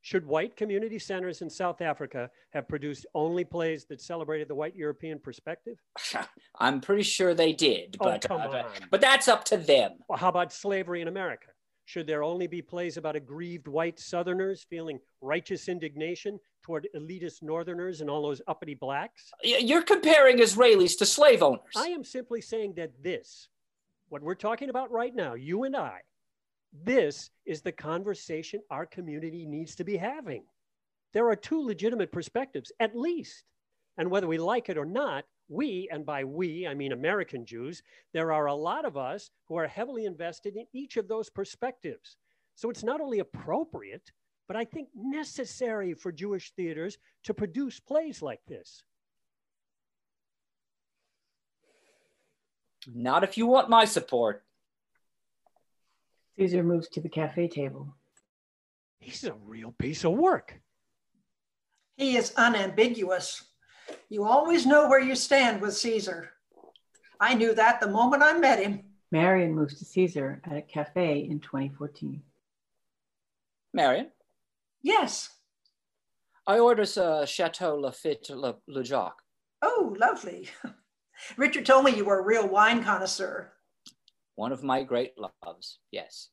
Should white community centers in South Africa have produced only plays that celebrated the white European perspective? I'm pretty sure they did, Oh, but come uh, on. but that's up to them. Well, how about slavery in America? Should there only be plays about aggrieved white Southerners feeling righteous indignation toward elitist Northerners and all those uppity blacks? Y- You're comparing Israelis to slave owners. I am simply saying that this, what we're talking about right now, you and I, this is the conversation our community needs to be having. There are two legitimate perspectives, at least. And whether we like it or not, we, and by we, I mean American Jews, there are a lot of us who are heavily invested in each of those perspectives. So it's not only appropriate, but I think necessary for Jewish theaters to produce plays like this. Not if you want my support. Caesar moves to the cafe table. He's a real piece of work. He is unambiguous. You always know where you stand with Caesar. I knew that the moment I met him. Marion moves to Caesar at a cafe in 2014. Marion, Yes. I order a Chateau Lafitte Le, Le Jacques. Oh, lovely. *laughs* Richard told me you were a real wine connoisseur. One of my great loves, yes.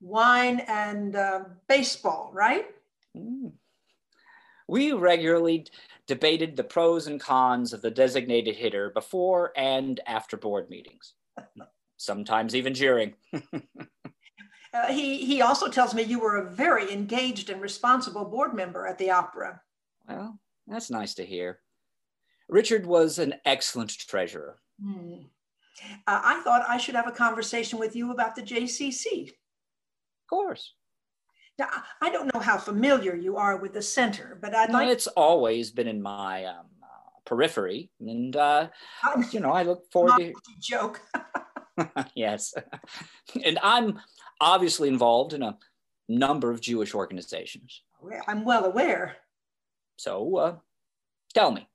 Wine and uh, baseball, right? Mm. We regularly debated the pros and cons of the designated hitter before and after board meetings, sometimes even jeering. Uh, he, he also tells me you were a very engaged and responsible board member at the opera. Well, that's nice to hear. Richard was an excellent treasurer. Hmm. Uh, I thought I should have a conversation with you about the JCC. Of course. Now, I- I don't know how familiar you are with the center, but I'd No, like it's always been in my um, uh, periphery. And, uh, *laughs* I'm- you know, I look forward to. to joke. *laughs* yes. and I'm obviously involved in a number of Jewish organizations. I'm well aware. So uh, tell me.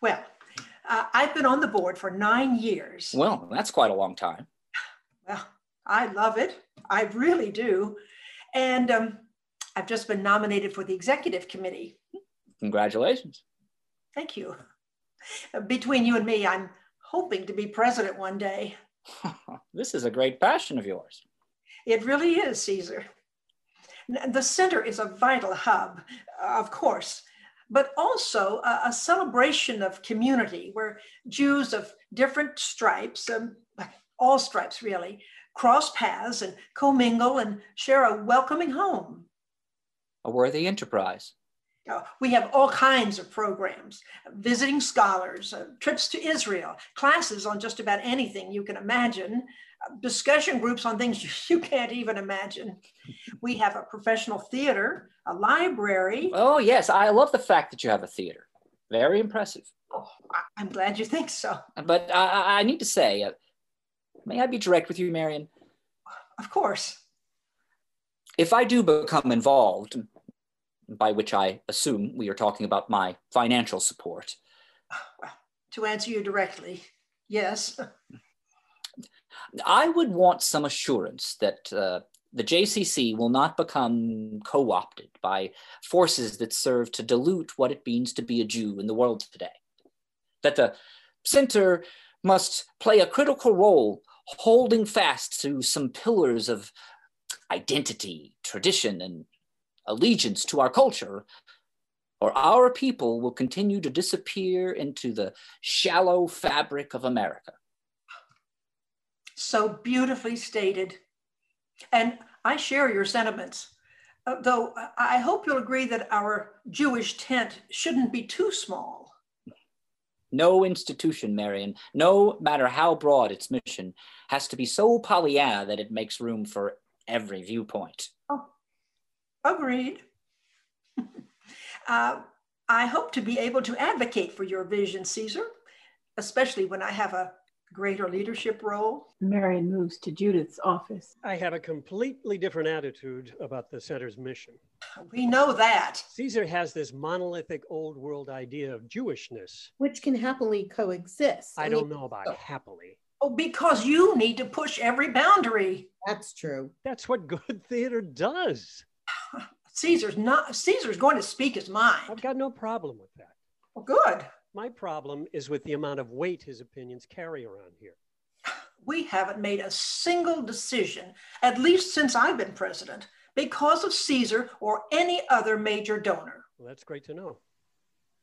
Well, uh, I've been on the board for nine years. Well, that's quite a long time. Well, I love it. I really do. And um, I've just been nominated for the executive committee. Congratulations. *laughs* Thank you. Uh, Between you and me, I'm hoping to be president one day. this is a great passion of yours. It really is, Caesar. N- The center is a vital hub, uh, of course, but also a, a celebration of community where Jews of different stripes, um, all stripes really, cross paths and commingle and share a welcoming home. A worthy enterprise. Uh, we have all kinds of programs visiting scholars, uh, trips to Israel, classes on just about anything you can imagine, uh, discussion groups on things *laughs* you, you can't even imagine. We have a professional theater, a library. Oh, yes. I love the fact that you have a theater. Very impressive. Oh, I- I'm glad you think so. But I, I- I need to say, uh, may I be direct with you, Marion? of course. If I do become involved, by which I assume we are talking about my financial support, Well, to answer you directly, yes. I would want some assurance that uh, the JCC will not become co opted by forces that serve to dilute what it means to be a Jew in the world today. That the center must play a critical role holding fast to some pillars of identity, tradition, and allegiance to our culture, or our people will continue to disappear into the shallow fabric of America. So beautifully stated. And I share your sentiments, uh, though I- I hope you'll agree that our Jewish tent shouldn't be too small. No institution, Marion, no matter how broad its mission, has to be so Pollyanna that it makes room for every viewpoint. Agreed. *laughs* Uh, I hope to be able to advocate for your vision, Caesar, especially when I have a greater leadership role. Marion moves to Judith's office. I have a completely different attitude about the center's mission. We know that. Caesar has this monolithic old world idea of Jewishness. which can happily coexist. I mean, don't know about so- happily. Oh, because you need to push every boundary. That's true. That's what *laughs* good theater does. Caesar's not Caesar's going to speak his I've mind. got no problem with that. Well, good. My problem is with the amount of weight his opinions carry around here. We haven't made a single decision, at least since I've been president, because of Caesar or any other major donor. Well, that's great to know.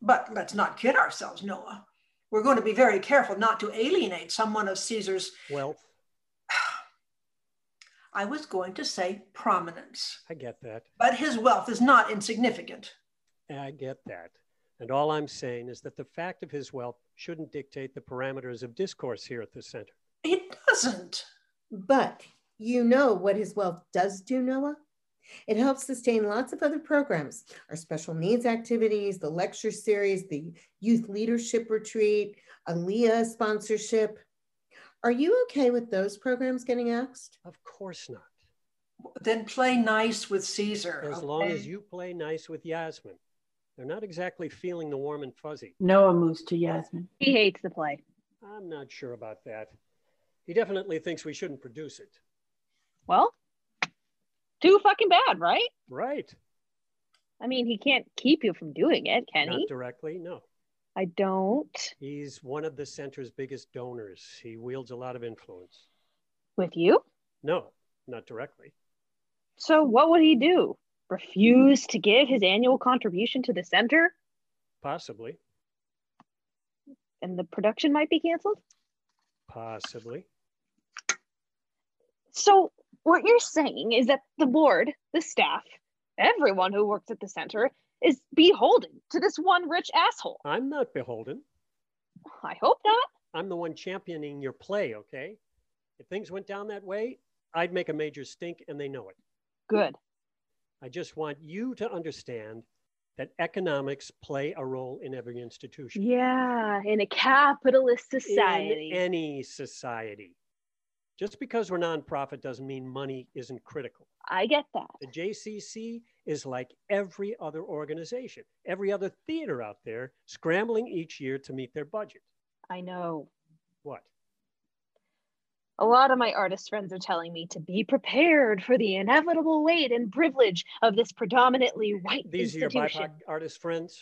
But let's not kid ourselves, Noah. We're going to be very careful not to alienate someone of Caesar's, Well, I was going to say prominence, I get that. but his wealth is not insignificant. I get that. And all I'm saying is that the fact of his wealth shouldn't dictate the parameters of discourse here at the center. It doesn't. But you know what his wealth does do, Noah? It helps sustain lots of other programs, our special needs activities, the lecture series, the youth leadership retreat, Aaliyah sponsorship. Are you okay with those programs getting axed? Of course not. Then play nice with Caesar. As long as okay? you play nice with Yasmin. They're not exactly feeling the warm and fuzzy. Noah moves to Yasmin. He hates the play. I'm not sure about that. He definitely thinks we shouldn't produce it. Well, too fucking bad, right? Right. I mean, he can't keep you from doing it, can Not he? directly, no. I don't. He's one of the center's biggest donors. He wields a lot of influence. With you? No, not directly. So what would he do? Refuse to give his annual contribution to the center Possibly. and the production might be canceled? Possibly. So, what you're saying is that the board, the staff, everyone who works at the center is beholden to this one rich asshole. I'm not beholden. I hope not. I'm the one championing your play, okay? If things went down that way, I'd make a major stink and they know it. Good. I just want you to understand that economics play a role in every institution. Yeah, in a capitalist In society. any society. Just because we're nonprofit doesn't mean money isn't critical. I get that. The JCC is like every other organization, every other theater out there scrambling each year to meet their budget. I know. What? A lot of my artist friends are telling me to be prepared for the inevitable weight and privilege of this predominantly white These are your institution. BIPOC artist friends?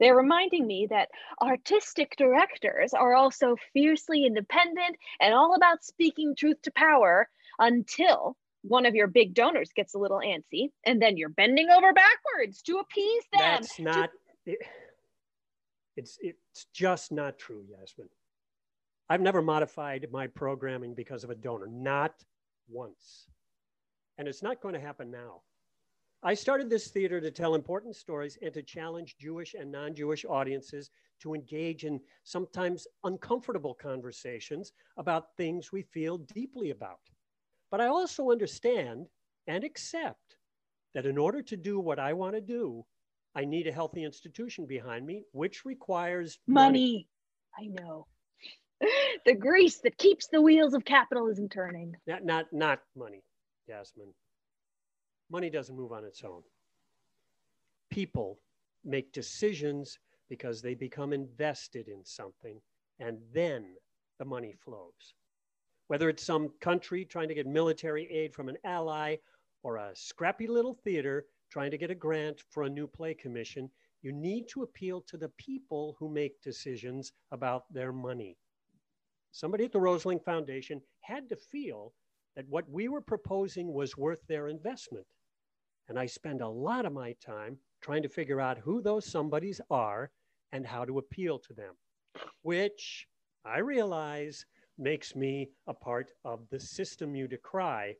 They're reminding me that artistic directors are also fiercely independent and all about speaking truth to power until one of your big donors gets a little antsy and then you're bending over backwards to appease them. That's to- not. it- it's it's just not true, Yasmin. I've never modified my programming because of a donor, not once, and it's not going to happen now. I started this theater to tell important stories and to challenge Jewish and non-Jewish audiences to engage in sometimes uncomfortable conversations about things we feel deeply about. But I also understand and accept that in order to do what I want to do, I need a healthy institution behind me, which requires money. I know. *laughs* the grease that keeps the wheels of capitalism turning. Not, not, not money, Jasmine. Money doesn't move on its own. People make decisions because they become invested in something, and then the money flows. Whether it's some country trying to get military aid from an ally or a scrappy little theater trying to get a grant for a new play commission, you need to appeal to the people who make decisions about their money. Somebody at the Rosling Foundation had to feel that what we were proposing was worth their investment. And I spend a lot of my time trying to figure out who those somebodies are and how to appeal to them, which I realize makes me a part of the system you decry.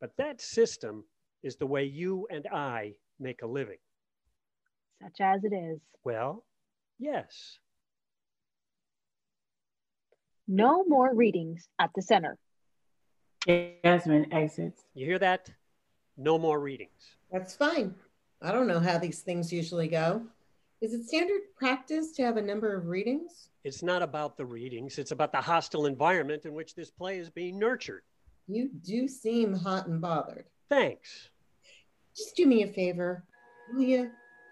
But that system is the way you and I make a living. Such as it is. Well, yes. No more readings at the center. Jasmine exits. You hear that? No more readings. That's fine. I don't know how these things usually go. Is it standard practice to have a number of readings? It's not about the readings, it's about the hostile environment in which this play is being nurtured. You do seem hot and bothered. Thanks. Just do me a favor, will you?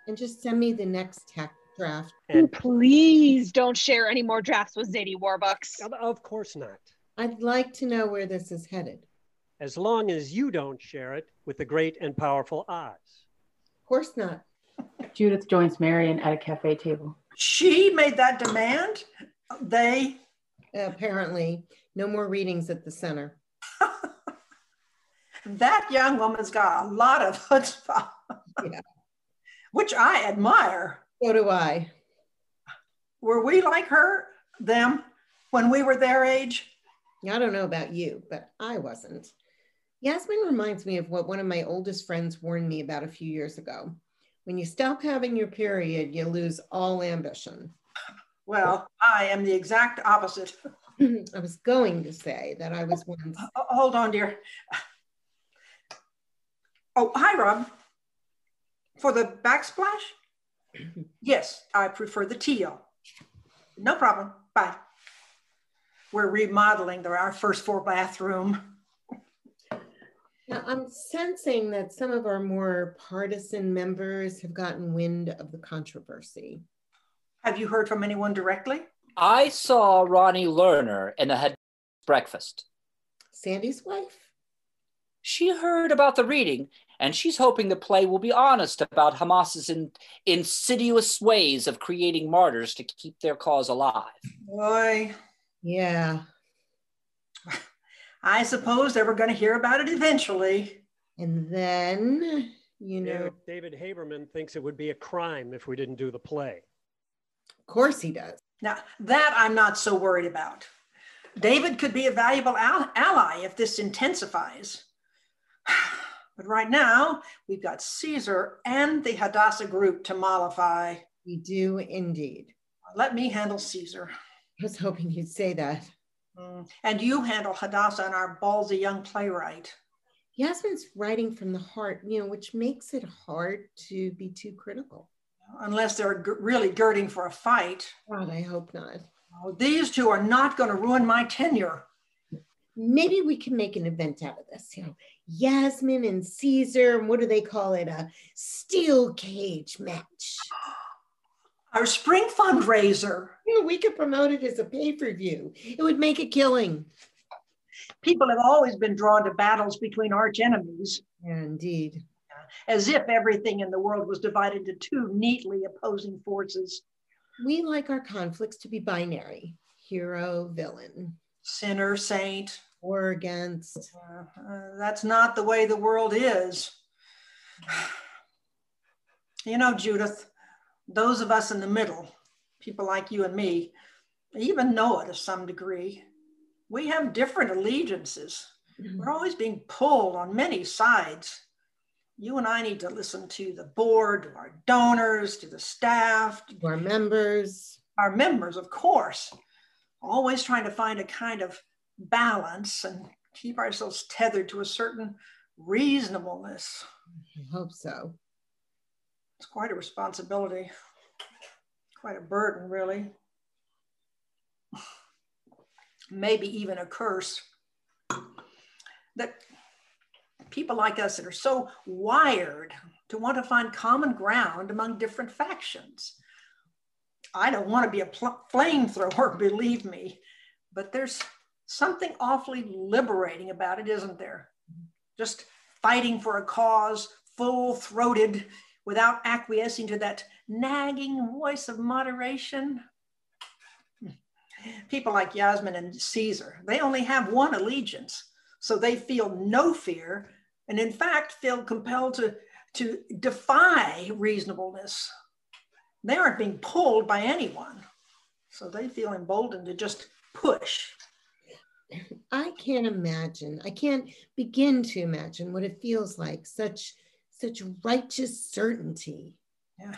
And just send me the next tech draft. And Please don't share any more drafts with Zadie Warbucks. of course not. I'd like to know where this is headed. As long as you don't share it with the great and powerful Oz. Of course not. Judith joins Marion at a cafe table. She made that demand. They, Apparently, no more readings at the center. that young woman's got a lot of chutzpah, Yeah. which I admire. So do I. Were we like her, them, when we were their age? I don't know about you, but I wasn't. Yasmin reminds me of what one of my oldest friends warned me about a few years ago. When you stop having your period, you lose all ambition. *clears throat* Well, I am the exact opposite. I was going to say that I was once. Oh, Hold on, dear. Oh, hi, Rob. For the backsplash? Yes, I prefer the teal. No problem. Bye. We're remodeling the, our first floor bathroom. Now, I'm sensing that some of our more partisan members have gotten wind of the controversy. Have you heard from anyone directly? I saw Ronnie Lerner in a had breakfast. Sandy's wife? She heard about the reading, and she's hoping the play will be honest about Hamas's in- insidious ways of creating martyrs to keep their cause alive. Boy, Yeah, I suppose they were going to hear about it eventually. And then, you know, David, David Haberman thinks it would be a crime if we didn't do the play. of course he does. Now, that I'm not so worried about. David could be a valuable al- ally if this intensifies. *sighs* But right now, we've got Caesar and the Hadassah group to mollify. We do indeed. Let me handle Caesar. I was hoping you'd say that. Mm, And you handle Hadassah and our ballsy young playwright. Yasmin's writing from the heart, you know, which makes it hard to be too critical. Unless they're g- really girding for a fight. God, I hope not. Oh, These two are not going to ruin my tenure. Maybe we can make an event out of this, you know. Yasmin and Caesar, and what do they call it? A steel cage match. Our spring fundraiser. You know, we could promote it as a pay per view. It would make a killing. People have always been drawn to battles between arch enemies. Yeah, indeed. as if everything in the world was divided into two neatly opposing forces We like our conflicts to be binary hero, villain, sinner, saint. or against. Uh, uh, that's not the way the world is. *sighs* You know, Judith, those of us in the middle, people like you and me, even Noah to some degree, we have different allegiances. We're always being pulled on many sides. You and I need to listen to the board, to our donors, to the staff, to to our members. our members, of course, always trying to find a kind of balance and keep ourselves tethered to a certain reasonableness. I hope so. It's quite a responsibility, quite a burden, really. maybe even a curse. That people like us that are so wired to want to find common ground among different factions. I don't want to be a pl- flamethrower, *laughs* believe me, but there's something awfully liberating about it, isn't there? Just fighting for a cause, full throated, without acquiescing to that nagging voice of moderation. People like Yasmin and Caesar, they only have one allegiance, so they feel no fear, and in fact, feel compelled to, to defy reasonableness. They aren't being pulled by anyone, so they feel emboldened to just push. I can't imagine. I can't begin to imagine what it feels like. Such such righteous certainty. Yeah.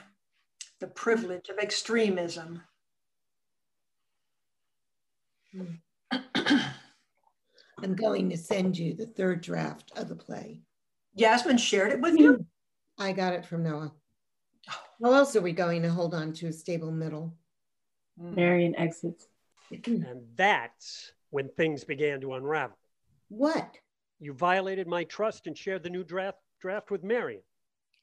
The privilege of extremism. I'm going to send you the third draft of the play. *clears throat* Yasmin shared it with you. I got it from Noah. How else are we going to hold on to a stable middle? Mm. Marion exits. And that's when things began to unravel. What? You violated my trust and shared the new draft draft with Marion.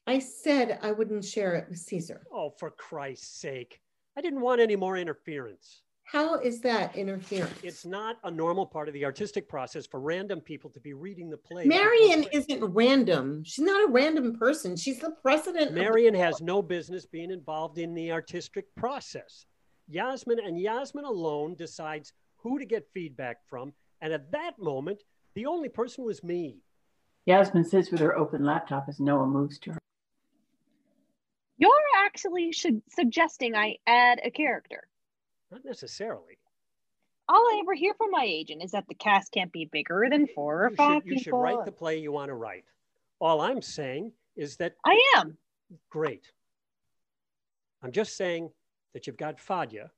I said I wouldn't share it with Caesar. Oh, for Christ's sake. I didn't want any more interference. How is that interference? It's not a normal part of the artistic process for random people to be reading the play. Marion isn't random. She's not a random person. She's the president. of the- Marion has no business being involved in the artistic process. Yasmin and Yasmin alone decides who to get feedback from. And at that moment, the only person was me. Yasmin sits with her open laptop as Noah moves to her. You're actually should, suggesting I add a character. Not necessarily. All I ever hear from my agent is that the cast can't be bigger than four or You five should, you should people. write the play you want to write. All I'm saying is that I am. great. I'm just saying that you've got Fadia,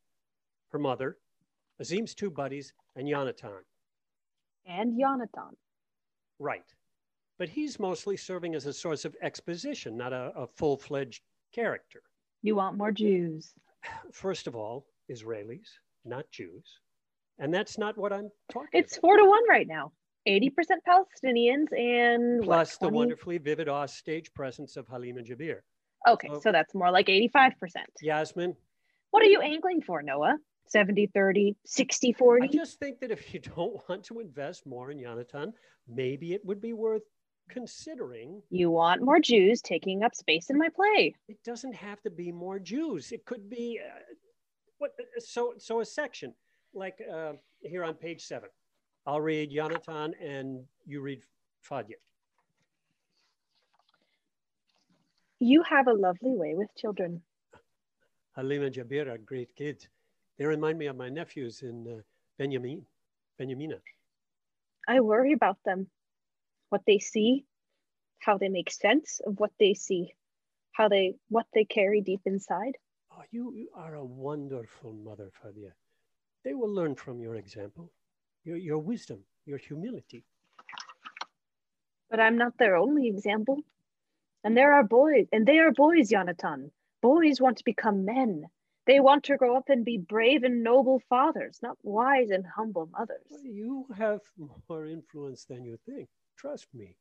her mother, Azim's two buddies, and Yonatan. And Yonatan. Right. But he's mostly serving as a source of exposition, not a, a full fledged character. You want more Jews. First of all, Israelis, not Jews. And that's not what I'm talking It's about. four to one right now. 80% Palestinians and what, Plus the 20? wonderfully vivid off stage presence of Halima Jabir. Okay, oh. so that's more like 85%. Yasmin, What are you angling for, Noah? 70 30, 60 40? I just think that if you *laughs* don't want to invest more in Yonatan, maybe it would be worth considering You want more Jews taking up space in my play. it doesn't have to be more Jews. It could be uh, what so so a section like uh, here on page seven. I'll read Yonatan and you read Fadia. You have a lovely way with children. Halim and Jabir are great kids. They remind me of my nephews in uh, Benjamin, Benjamina. I worry about them, what they see, how they make sense of what they see, how they what they carry deep inside. Oh, you, you are a wonderful mother, Fadia. They will learn from your example, your, your wisdom, your humility. But I'm not their only example. And there are boys, and they are boys, Yonatan. Boys want to become men. They want to grow up and be brave and noble fathers, not wise and humble mothers. Well, you have more influence than you think. Trust me.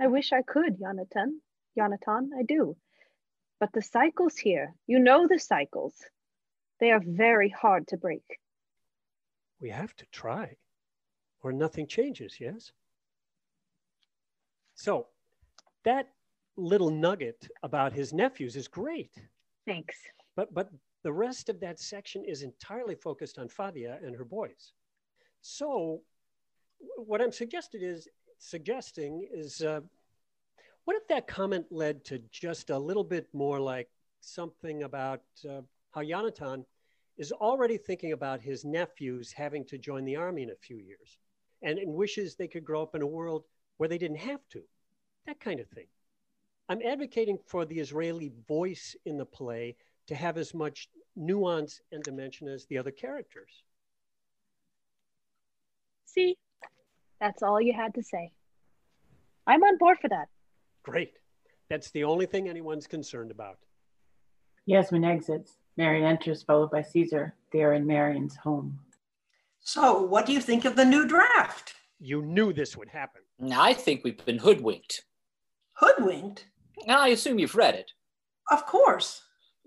I wish I could, Yonatan. Yonatan, I do. But the cycles here, you know the cycles. They are very hard to break. We have to try, or nothing changes, yes? So, that little nugget about his nephews is great, Thanks. but, but the rest of that section is entirely focused on Fadia and her boys. So, wh- what I'm suggested is, suggesting is uh, what if that comment led to just a little bit more like something about uh, how Yonatan is already thinking about his nephews having to join the army in a few years and, and wishes they could grow up in a world where they didn't have to. That kind of thing. I'm advocating for the Israeli voice in the play to have as much nuance and dimension as the other characters. See? That's all you had to say. I'm on board for that. Great. That's the only thing anyone's concerned about. Yasmin exits. Marion enters, followed by Caesar. They are in Marion's home. So, what do you think of the new draft? You knew this would happen. I think we've been hoodwinked. Hoodwinked? I assume you've read it. Of course.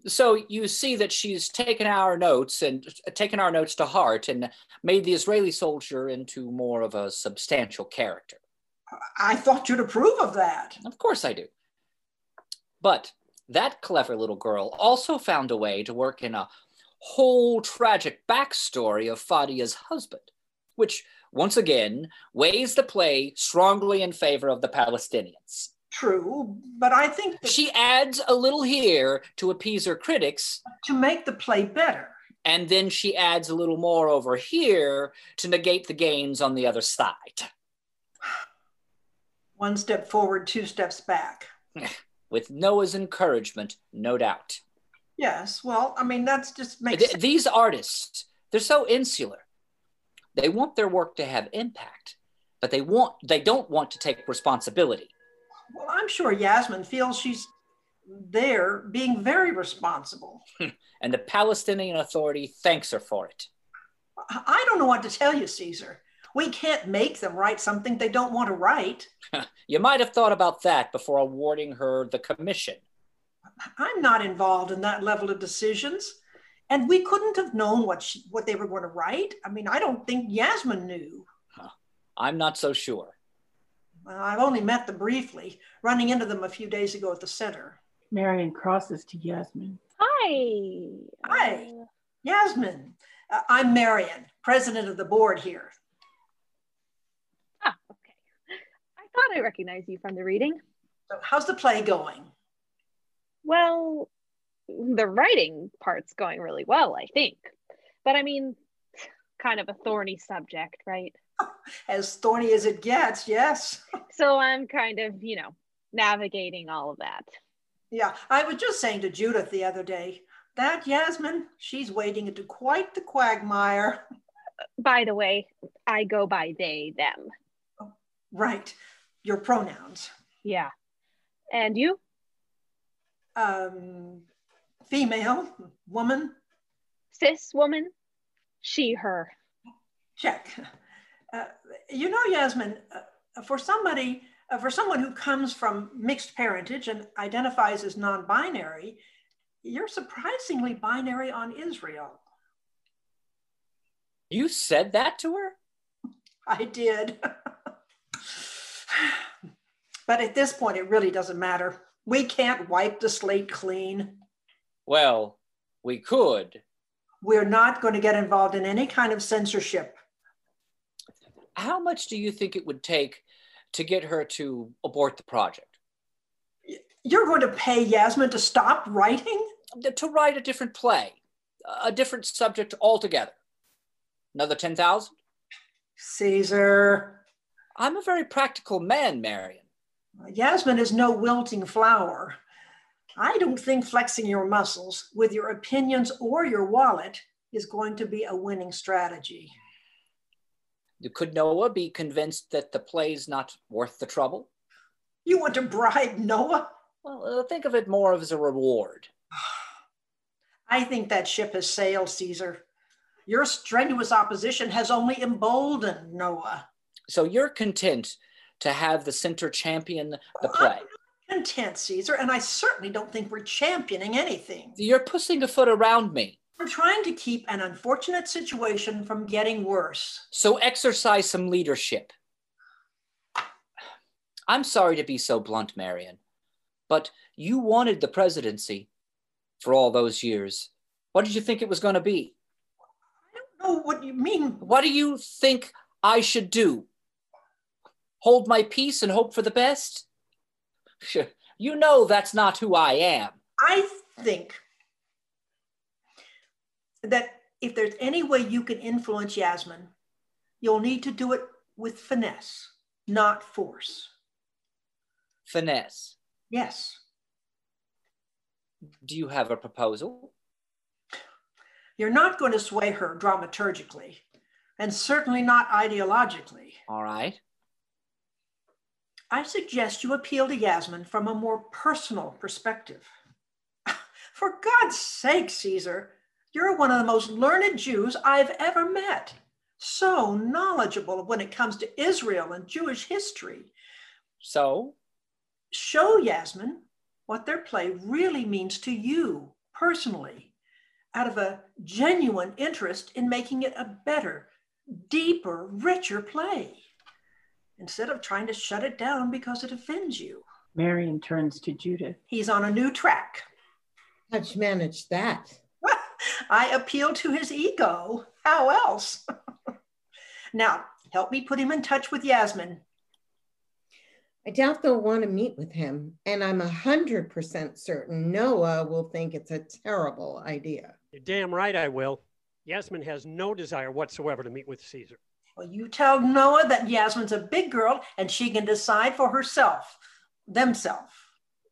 So you see that she's taken our notes and taken our notes to heart and made the Israeli soldier into more of a substantial character. I thought you'd approve of that. Of course I do. But that clever little girl also found a way to work in a whole tragic backstory of Fadia's husband, which once again weighs the play strongly in favor of the Palestinians. True, but I think that She adds a little here to appease her critics, to make the play better. and then she adds a little more over here to negate the gains on the other side. One step forward, two steps back. With Noah's encouragement, no doubt. Yes, well, I mean, that's just makes Th- sense. these artists they're so insular they want their work to have impact but they want they don't want to take responsibility Well, I'm sure Yasmin feels she's there being very responsible. and the palestinian authority thanks her for it I I don't know what to tell you, Caesar. We can't make them write something they don't want to write. you might have thought about that before awarding her the commission I'm not involved in that level of decisions. And we couldn't have known what she, what they were going to write. I mean, I don't think Yasmin knew. i'm not so sure Well, I've only met them briefly, running into them a few days ago at the center. Marion crosses to Yasmin. Hi. Hi. Uh, Yasmin, uh, I'm Marion, president of the board here. ah, okay. I thought I recognized you from the reading. So how's the play going? Well, the writing part's going really well, I think. But I mean, kind of a thorny subject, right? As thorny as it gets, yes. So I'm kind of, you know, navigating all of that. Yeah, I was just saying to Judith the other day that Yasmin, she's wading into quite the quagmire. *laughs* By the way, I go by they, them. Right, your pronouns. Yeah. And you? Um, female, woman, Cis woman? She, her. check. Uh, you know, Yasmin, uh, for somebody, uh, for someone who comes from mixed parentage and identifies as non-binary, you're surprisingly binary on Israel. *laughs* you said that to her I did. *laughs* but at this point, it really doesn't matter. We can't wipe the slate clean. well we could We're not going to get involved in any kind of censorship. how much do you think it would take to get her to abort the project You're going to pay Yasmin to stop writing? to write a different play a different subject altogether another 10000 Caesar. I'm a very practical man, Marion. Yasmin is no wilting flower. I don't think flexing your muscles with your opinions or your wallet is going to be a winning strategy. Could Noah be convinced that the play's not worth the trouble? You want to bribe Noah? Well, uh, think of it more as a reward. I think that ship has sailed, Caesar. Your strenuous opposition has only emboldened Noah. So you're content to have the center champion the I'm play. not content, Caesar, and I certainly don't think we're championing anything. You're pushing a foot around me. We're trying to keep an unfortunate situation from getting worse. So exercise some leadership. I'm sorry to be so blunt, Marion, but you wanted the presidency for all those years. What did you think it was going to be? I don't know what you mean. What do you think I should do? Hold my peace and hope for the best? *laughs* Sure. You know that's not who I am. I think that if there's any way you can influence Yasmin, you'll need to do it with finesse, not force. Finesse, Yes. do you have a proposal? You're not going to sway her dramaturgically, and certainly not ideologically. All right. I suggest you appeal to Yasmin from a more personal perspective. *laughs* For God's sake, Caesar, you're one of the most learned Jews I've ever met. so knowledgeable when it comes to Israel and Jewish history. So, Show Yasmin what their play really means to you personally, out of a genuine interest in making it a better, deeper, richer play, instead of trying to shut it down because it offends you. Marion turns to Judith. He's on a new track. *laughs* How'd you manage that? I appeal to his ego. How else? *laughs* now, help me put him in touch with Yasmin. I doubt they'll want to meet with him, and I'm 100% certain Noah will think it's a terrible idea. You're damn right I will. Yasmin has no desire whatsoever to meet with Caesar. Well, you tell Noah that Yasmin's a big girl and she can decide for herself, themself,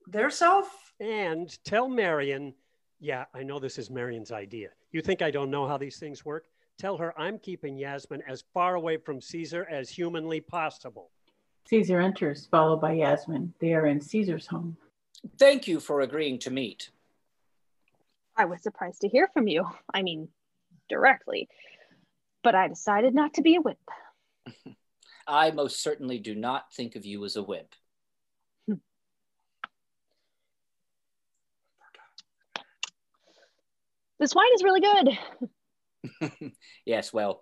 their self. And tell Marion, yeah, I know this is Marion's idea. You think I don't know how these things work? Tell her I'm keeping Yasmin as far away from Caesar as humanly possible. Caesar enters, followed by Yasmin. They are in Caesar's home. Thank you for agreeing to meet. I was surprised to hear from you. I mean, directly. But I decided not to be a wimp. I most certainly do not think of you as a wimp. This wine is really good. yes, well,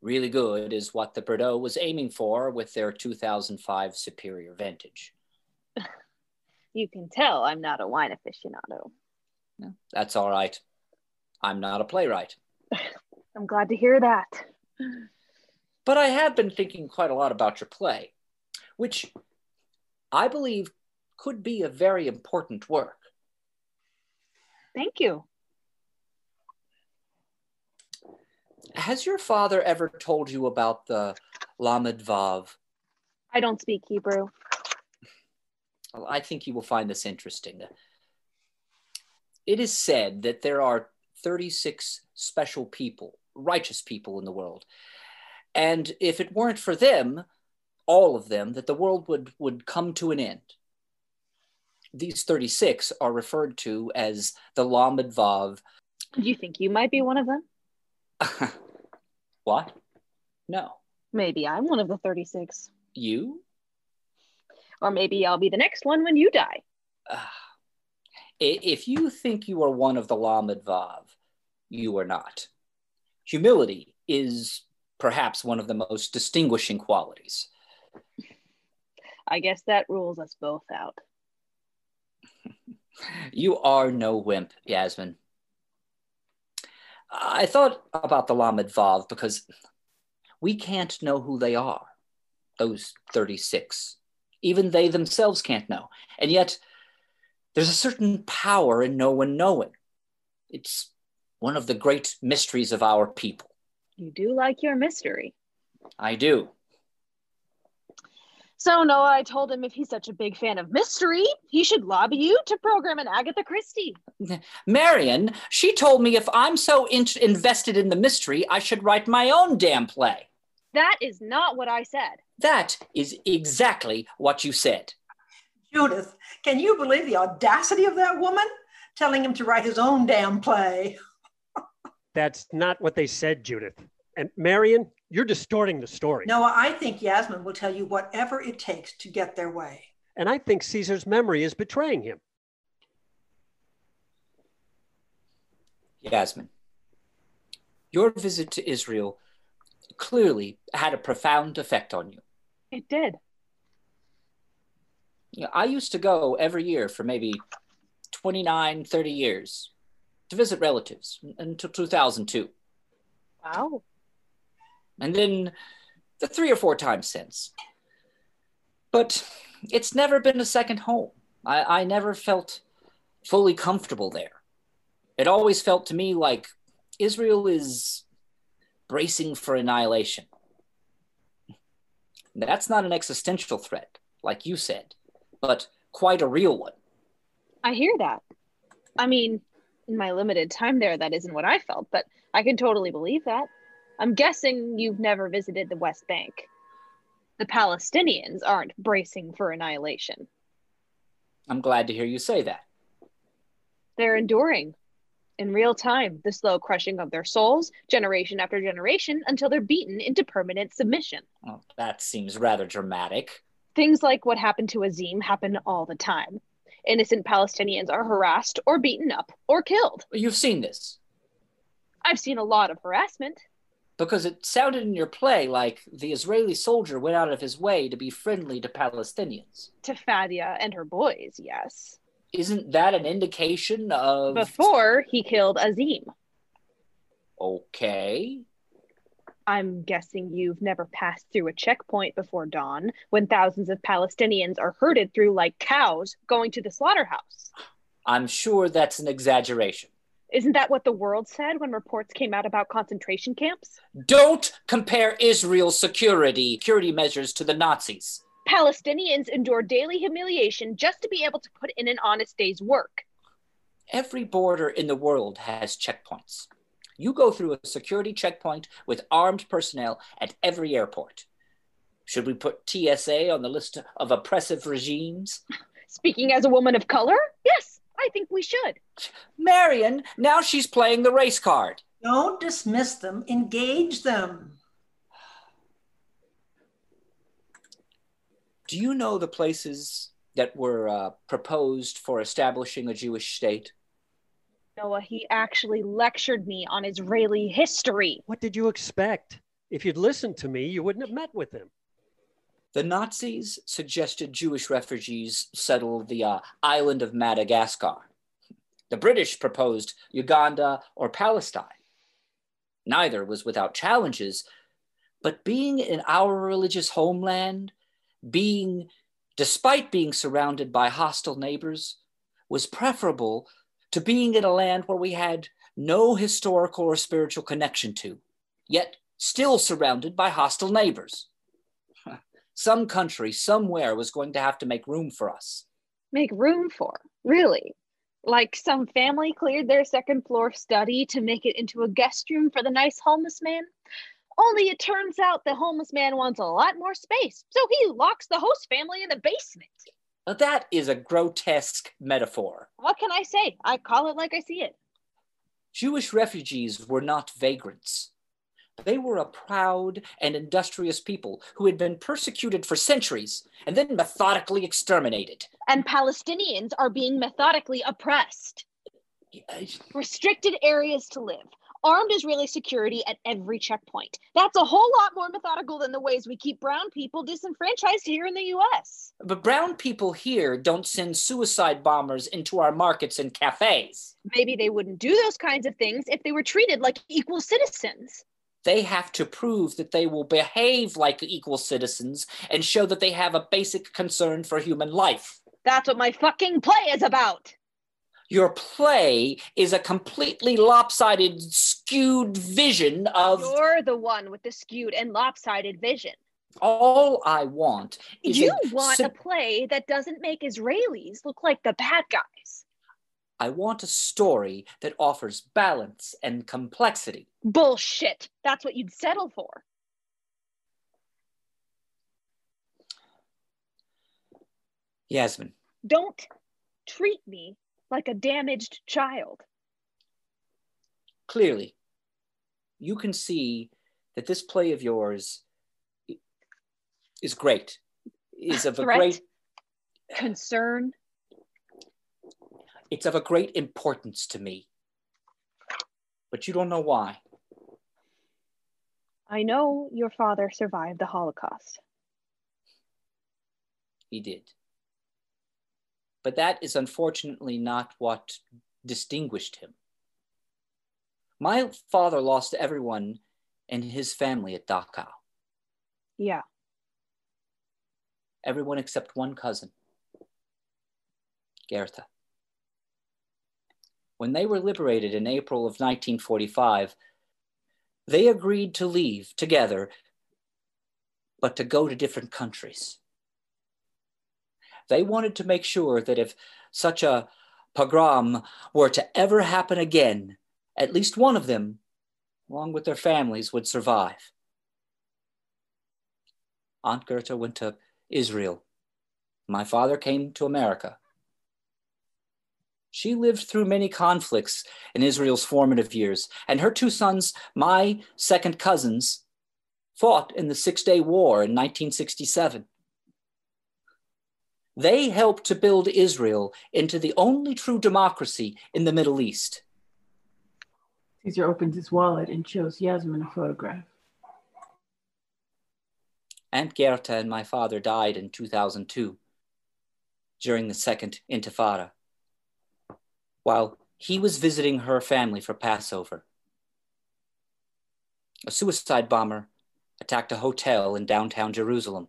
really good is what the Bordeaux was aiming for with their 2005 Superior Vintage. You can tell I'm not a wine aficionado. No, that's all right. I'm not a playwright. *laughs* I'm glad to hear that. But I have been thinking quite a lot about your play, which I believe could be a very important work. Thank you. Has your father ever told you about the Lamed Vav? I don't speak Hebrew. Well, I think you will find this interesting. It is said that there are 36 special people, righteous people in the world. And if it weren't for them, all of them, that the world would, would come to an end. These 36 are referred to as the Lamed Vav. Do you think you might be one of them? *laughs* what? No. Maybe I'm one of the 36. You? Or maybe I'll be the next one when you die. Uh, if you think you are one of the Lamed Vav, you are not. Humility is perhaps one of the most distinguishing qualities. I guess that rules us both out. you are no wimp, Yasmin. I thought about the Lamed Vav because we can't know who they are, those 36. Even they themselves can't know. And yet, there's a certain power in no one knowing. It's one of the great mysteries of our people. You do like your mystery. I do. So, Noah, I told him if he's such a big fan of mystery, he should lobby you to program an Agatha Christie. *laughs* Marion, she told me if I'm so in- invested in the mystery, I should write my own damn play. That is not what I said. That is exactly what you said. Judith, can you believe the audacity of that woman telling him to write his own damn play? That's not what they said, Judith. And Marion, you're distorting the story. Noah, I think Yasmin will tell you whatever it takes to get their way. And I think Caesar's memory is betraying him. Yasmin, your visit to Israel clearly had a profound effect on you. It did. You know, I used to go every year for maybe 29, 30 years to visit relatives until 2002. Wow. And then the three or four times since. But it's never been a second home. I, I never felt fully comfortable there. It always felt to me like Israel is bracing for annihilation. That's not an existential threat, like you said, but quite a real one. I hear that. I mean, in my limited time there, that isn't what I felt, but I can totally believe that. I'm guessing you've never visited the West Bank. The Palestinians aren't bracing for annihilation. I'm glad to hear you say that. They're enduring. in real time the slow crushing of their souls, generation after generation, until they're beaten into permanent submission. Oh, that seems rather dramatic. Things like what happened to Azim happen all the time. Innocent Palestinians are harassed or beaten up or killed. You've seen this I've seen a lot of harassment. because it sounded in your play like the Israeli soldier went out of his way to be friendly to Palestinians. To Fadia and her boys, yes. Isn't that an indication of. Before he killed Azim. Okay. I'm guessing you've never passed through a checkpoint before dawn when thousands of Palestinians are herded through like cows going to the slaughterhouse. I'm sure that's an exaggeration. Isn't that what the world said when reports came out about concentration camps? Don't compare Israel's security security measures to the Nazis. Palestinians endure daily humiliation just to be able to put in an honest day's work. Every border in the world has checkpoints. You go through a security checkpoint with armed personnel at every airport. Should we put TSA on the list of oppressive regimes? Speaking as a woman of color, yes, I think we should. Marion, now she's playing the race card. Don't dismiss them, engage them. Do you know the places that were uh, proposed for establishing a Jewish state? Noah, he actually lectured me on Israeli history. What did you expect? If you'd listened to me, you wouldn't have met with him. The Nazis suggested Jewish refugees settle the uh, island of Madagascar. The British proposed Uganda or Palestine. Neither was without challenges, but being in our religious homeland, being, despite being surrounded by hostile neighbors, was preferable to being in a land where we had no historical or spiritual connection to, yet still surrounded by hostile neighbors *laughs* some country somewhere was going to have to make room for us. Make room for, really. Like some family cleared their second floor study to make it into a guest room for the nice homeless man. Only it turns out the homeless man wants a lot more space, so he locks the host family in the basement. Now, that is a grotesque metaphor. What can I say? I call it like I see it. Jewish refugees were not vagrants. They were a proud and industrious people who had been persecuted for centuries and then methodically exterminated. And Palestinians are being methodically oppressed. Restricted areas to live, armed Israeli security at every checkpoint. That's a whole lot more methodical than the ways we keep brown people disenfranchised here in the US. But brown people here don't send suicide bombers into our markets and cafes. Maybe they wouldn't do those kinds of things if they were treated like equal citizens. They have to prove that they will behave like equal citizens and show that they have a basic concern for human life. That's what my fucking play is about. Your play is a completely lopsided, skewed vision of You're the one with the skewed and lopsided vision. all I want. Is You a want sim- a play that doesn't make Israelis look like the bad guys. I want a story that offers balance and complexity. Bullshit. That's what you'd settle for. Yasmin, Don't treat me like a damaged child. clearly, you can see that this play of yours i- is great. Is of a Threat. great Concern. it's of a great importance to me. But you don't know why. I know your father survived the Holocaust. he did. But that is unfortunately not what distinguished him. My father lost everyone in his family at Dachau, Yeah. everyone except one cousin, Goethe. When they were liberated in April of 1945, they agreed to leave together, but to go to different countries. They wanted to make sure that if such a pogrom were to ever happen again, at least one of them, along with their families, would survive. Aunt Goethe went to Israel. My father came to America. She lived through many conflicts in Israel's formative years, and her two sons, my second cousins, fought in the Six Day War in 1967. They helped to build Israel into the only true democracy in the Middle East. Caesar opened his wallet and shows Yasmin a photograph. Aunt Gerta and my father died in 2002 during the Second Intifada while he was visiting her family for Passover. A suicide bomber attacked a hotel in downtown Jerusalem.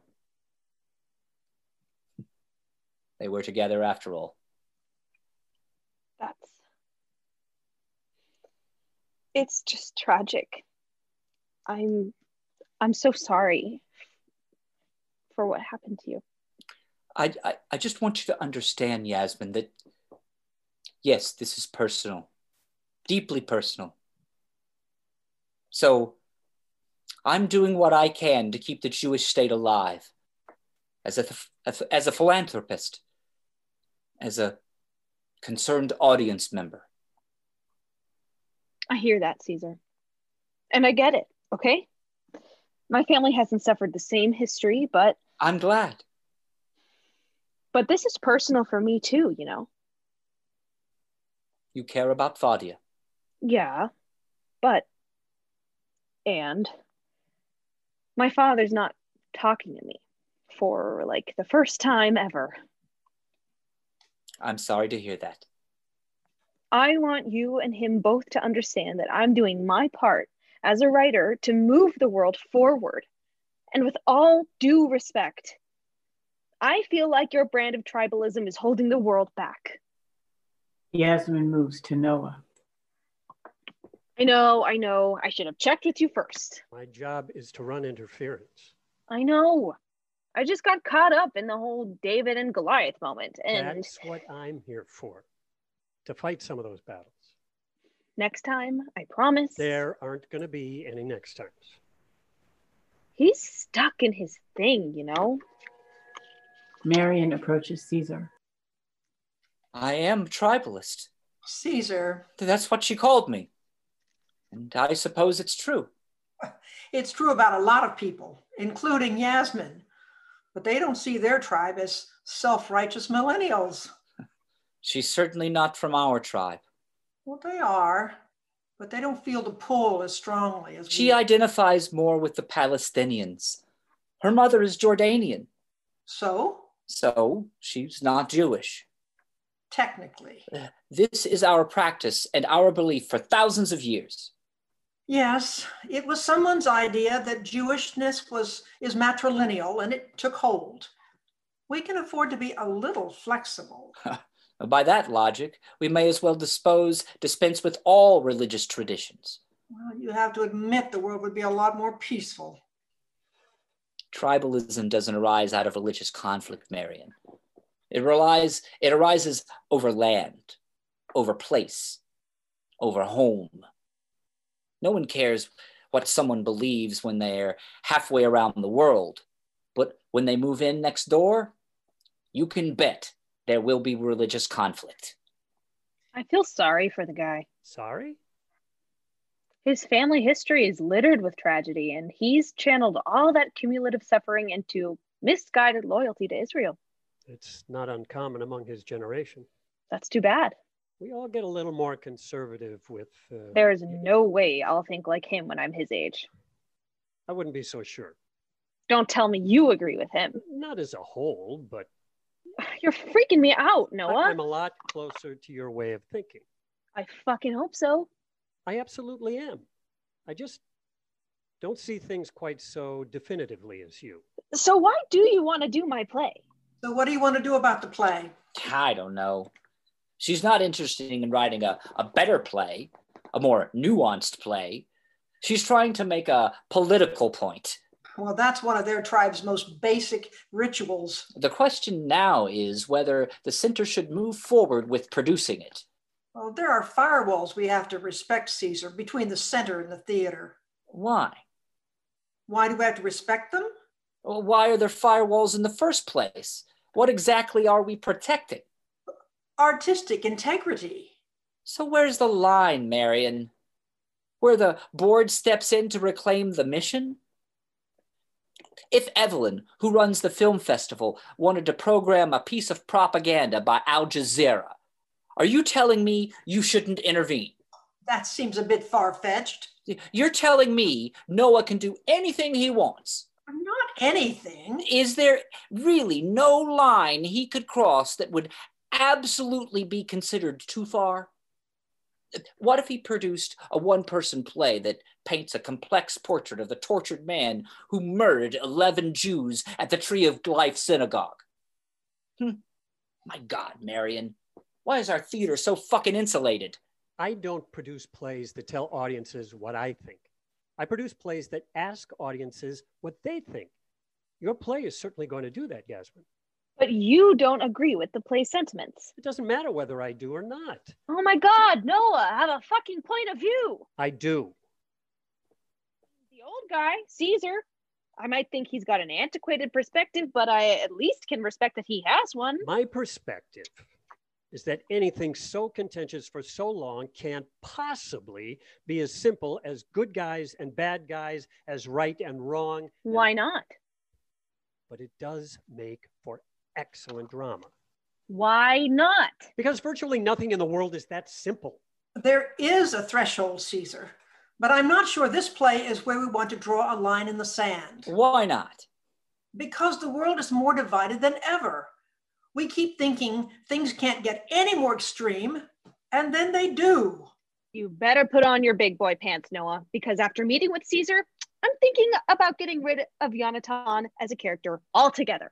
They were together after all. That's. It's just tragic. I'm. I'm so sorry for what happened to you. I, I, I just want you to understand, Yasmin, that yes, this is personal, deeply personal. So I'm doing what I can to keep the Jewish state alive as a, as a philanthropist, as a concerned audience member. I hear that, Caesar. And I get it, okay? My family hasn't suffered the same history, but. I'm glad. But this is personal for me too, you know. You care about Fadia. Yeah, but. And. My father's not talking to me for like the first time ever. I'm sorry to hear that. I want you and him both to understand that I'm doing my part as a writer to move the world forward. And with all due respect, I feel like your brand of tribalism is holding the world back. Yasmin moves to Noah. I know, I know. I should have checked with you first. My job is to run interference. I know. I just got caught up in the whole David and Goliath moment. And That's what I'm here for, to fight some of those battles. next time, I promise. There aren't going to be any next times. He's stuck in his thing, you know? Marion approaches Caesar. I am tribalist. Caesar, That's what she called me. And I suppose it's true. it's true about a lot of people, including Yasmin, but they don't see their tribe as self righteous millennials. She's certainly not from our tribe. Well, they are, but they don't feel the pull as strongly as She we. identifies more with the Palestinians. Her mother is Jordanian, so, so she's not Jewish. technically, This is our practice and our belief for thousands of years. yes, it was someone's idea that Jewishness was is matrilineal, and it took hold. We can afford to be a little flexible. By that logic, we may as well dispose, dispense with all religious traditions. Well, you have to admit the world would be a lot more peaceful. Tribalism doesn't arise out of religious conflict, Marion. It, relies, it arises over land, over place, over home. No one cares what someone believes when they're halfway around the world, but when they move in next door, you can bet there will be religious conflict. I feel sorry for the guy. Sorry? His family history is littered with tragedy, and he's channeled all that cumulative suffering into misguided loyalty to Israel. It's not uncommon among his generation. That's too bad. We all get a little more conservative with. Uh, There is no way I'll think like him when I'm his age. I wouldn't be so sure. Don't tell me you agree with him. *laughs* Not as a whole, but You're freaking me out, I- Noah. I'm a lot closer to your way of thinking. I fucking hope so. I absolutely am. I just don't see things quite so definitively as you. So, why do you want to do my play? So, what do you want to do about the play? I don't know. She's not interested in writing a, a better play, a more nuanced play. She's trying to make a political point. Well, that's one of their tribe's most basic rituals. The question now is whether the center should move forward with producing it. Well, there are firewalls we have to respect, Caesar, between the center and the theater. Why? Why do we have to respect them? Well, Why are there firewalls in the first place? What exactly are we protecting? artistic integrity. So where's the line, Marion? Where the board steps in to reclaim the mission? If Evelyn, who runs the film festival, wanted to program a piece of propaganda by Al Jazeera, are you telling me you shouldn't intervene? That seems a bit far fetched. You're telling me Noah can do anything he wants. Not anything. Is there really no line he could cross that would absolutely be considered too far? What if he produced a one person play that paints a complex portrait of the tortured man who murdered 11 Jews at the Tree of Life synagogue? Hmm. My God, Marion, why is our theater so fucking insulated? I don't produce plays that tell audiences what I think. I produce plays that ask audiences what they think. Your play is certainly going to do that, Yasmin. But you don't agree with the play's sentiments. It doesn't matter whether I do or not. Oh my God, Noah, have a fucking point of view. I do. The old guy, Caesar, I might think he's got an antiquated perspective, but I at least can respect that he has one. My perspective is that anything so contentious for so long can't possibly be as simple as good guys and bad guys, as right and wrong. Why not? But it does make for excellent drama. Why not? Because virtually nothing in the world is that simple. There is a threshold, Caesar, but I'm not sure this play is where we want to draw a line in the sand. Why not? Because the world is more divided than ever we keep thinking things can't get any more extreme, and then they do. You better put on your big boy pants, Noah, because after meeting with Caesar, I'm thinking about getting rid of Yonatan as a character altogether.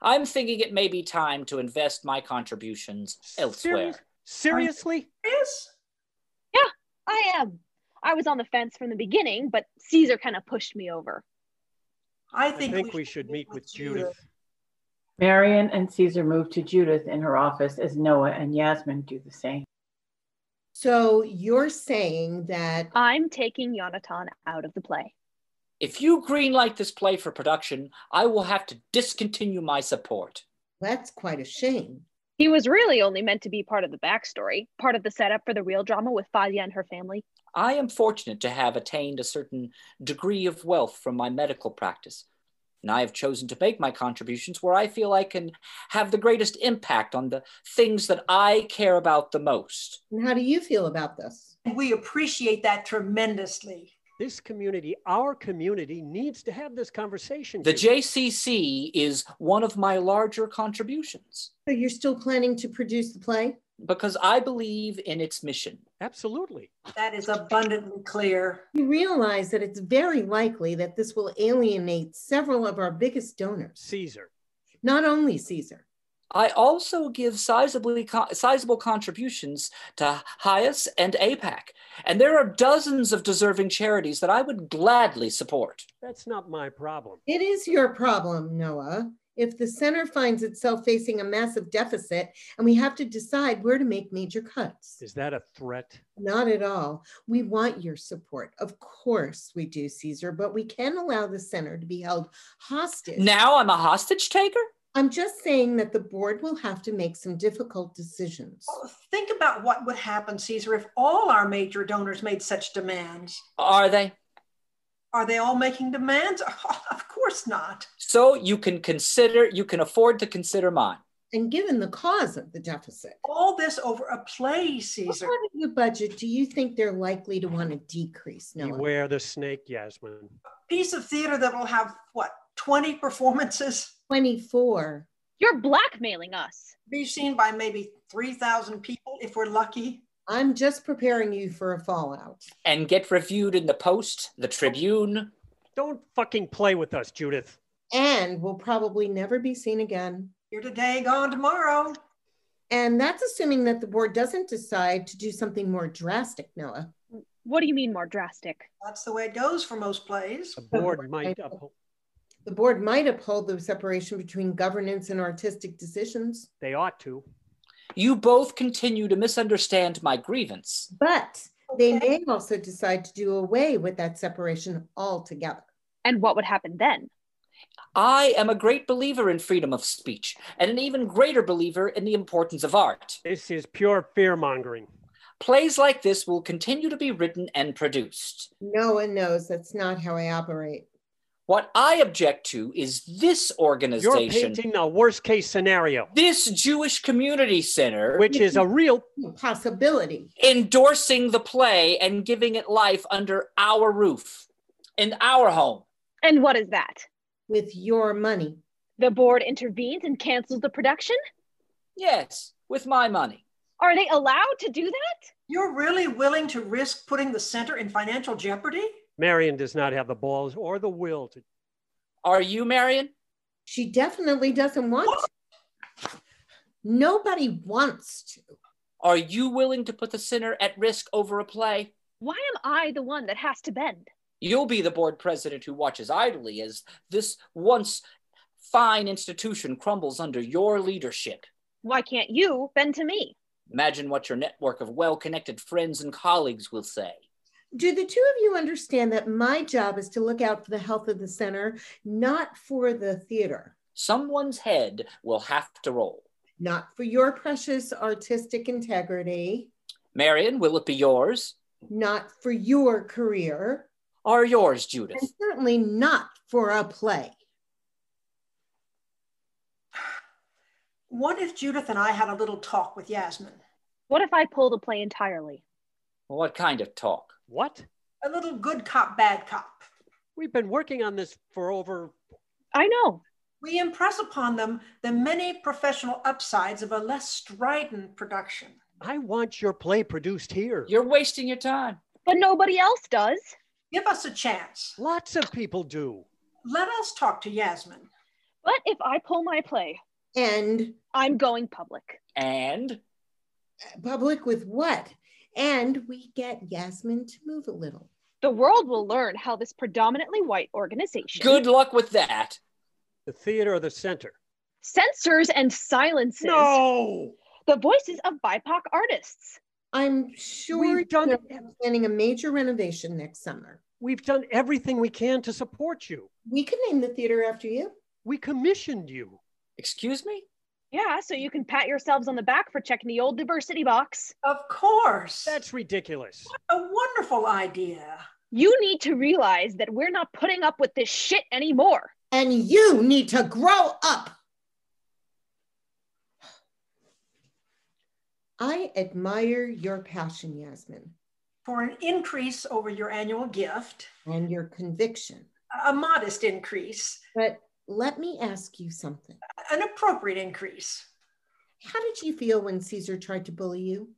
I'm thinking it may be time to invest my contributions elsewhere. Seriously? Yes? Yeah, I am. I was on the fence from the beginning, but Caesar kind of pushed me over. I think, I think we, we, should meet with Judith. Judith. Marion and Caesar move to Judith in her office as Noah and Yasmin do the same. So you're saying that I'm taking Yonatan out of the play. If you greenlight this play for production, I will have to discontinue my support. That's quite a shame. He was really only meant to be part of the backstory, part of the setup for the real drama with Fadia and her family. I am fortunate to have attained a certain degree of wealth from my medical practice and I have chosen to make my contributions where I feel I can have the greatest impact on the things that I care about the most. And how do you feel about this? We appreciate that tremendously. This community, our community, needs to have this conversation. The JCC is one of my larger contributions. So you're still planning to produce the play? Because I believe in its mission. Absolutely. That is abundantly clear. You realize that it's very likely that this will alienate several of our biggest donors. Caesar. Not only Caesar. I also give sizably sizable contributions to HIAS and APAC, and there are dozens of deserving charities that I would gladly support. That's not my problem. It is your problem, Noah. If the center finds itself facing a massive deficit and we have to decide where to make major cuts. Is that a threat? Not at all. We want your support. Of course we do, Caesar, but we can allow the center to be held hostage. Now I'm a hostage taker? I'm just saying that the board will have to make some difficult decisions. Oh, think about what would happen, Caesar, if all our major donors made such demands. Are they? Are they all making demands? *laughs* Oh, of course not. So you can consider, you can afford to consider mine. And given the cause of the deficit. All this over a play, Caesar. What part of the budget do you think they're likely to want to decrease, Noah? Beware the snake, Yasmin. A piece of theater that will have, what, 20 performances? 24. You're blackmailing us. Be seen by maybe 3,000 people if we're lucky. I'm just preparing you for a fallout. And get reviewed in the Post, the Tribune. Don't fucking play with us, Judith. And we'll probably never be seen again. Here today, gone tomorrow. And that's assuming that the board doesn't decide to do something more drastic, Noah. What do you mean more drastic? That's the way it goes for most plays. The board might uphold. The board might uphold the separation between governance and artistic decisions. They ought to. You both continue to misunderstand my grievance. But they may also decide to do away with that separation altogether. And what would happen then? I am a great believer in freedom of speech and an even greater believer in the importance of art. This is pure fear mongering. Plays like this will continue to be written and produced. No one knows that's not how I operate. What I object to is this You're organization, painting a worst case scenario, this Jewish community center, which is a real Possibility. endorsing the play and giving it life under our roof, in our home. And what is that? with your money. The board intervenes and cancels the production? Yes, with my money. Are they allowed to do that? You're really willing to risk putting the center in financial jeopardy? Marion does not have the balls or the will to. Are you, Marion? She definitely doesn't want to. Nobody wants to. Are you willing to put the sinner at risk over a play? Why am I the one that has to bend? You'll be the board president who watches idly as this once fine institution crumbles under your leadership. Why can't you bend to me? Imagine what your network of well connected friends and colleagues will say. Do the two of you understand that my job is to look out for the health of the center, not for the theater, Someone's head will have to roll. not for your precious artistic integrity, Marion, will it be yours? not for your career, Or yours, and Judith? certainly not for a play. What if Judith and I had a little talk with Yasmin? What if I pull the play entirely? What kind of talk? What? A little good cop, bad cop. We've been working on this for over. I know. We impress upon them the many professional upsides of a less strident production. I want your play produced here. You're wasting your time. But nobody else does. Give us a chance. Lots of people do. Let us talk to Yasmin. But if I pull my play, And I'm going public. And public with what? And we get Yasmin to move a little. The world will learn how this predominantly white organization good luck with that. The theater or the center. censors and silences No! the voices of BIPOC artists. I'm sure We've done you're ev- planning a major renovation next summer. We've done everything we can to support you. We could name the theater after you. We commissioned you. Excuse me? Yeah, so you can pat yourselves on the back for checking the old diversity box. Of course. That's ridiculous. a wonderful idea. You need to realize that we're not putting up with this shit anymore. And you need to grow up. I admire your passion, Yasmin, For an increase over your annual gift, and your conviction. a- a modest increase, But let me ask you something. an appropriate increase. How did you feel when Caesar tried to bully you?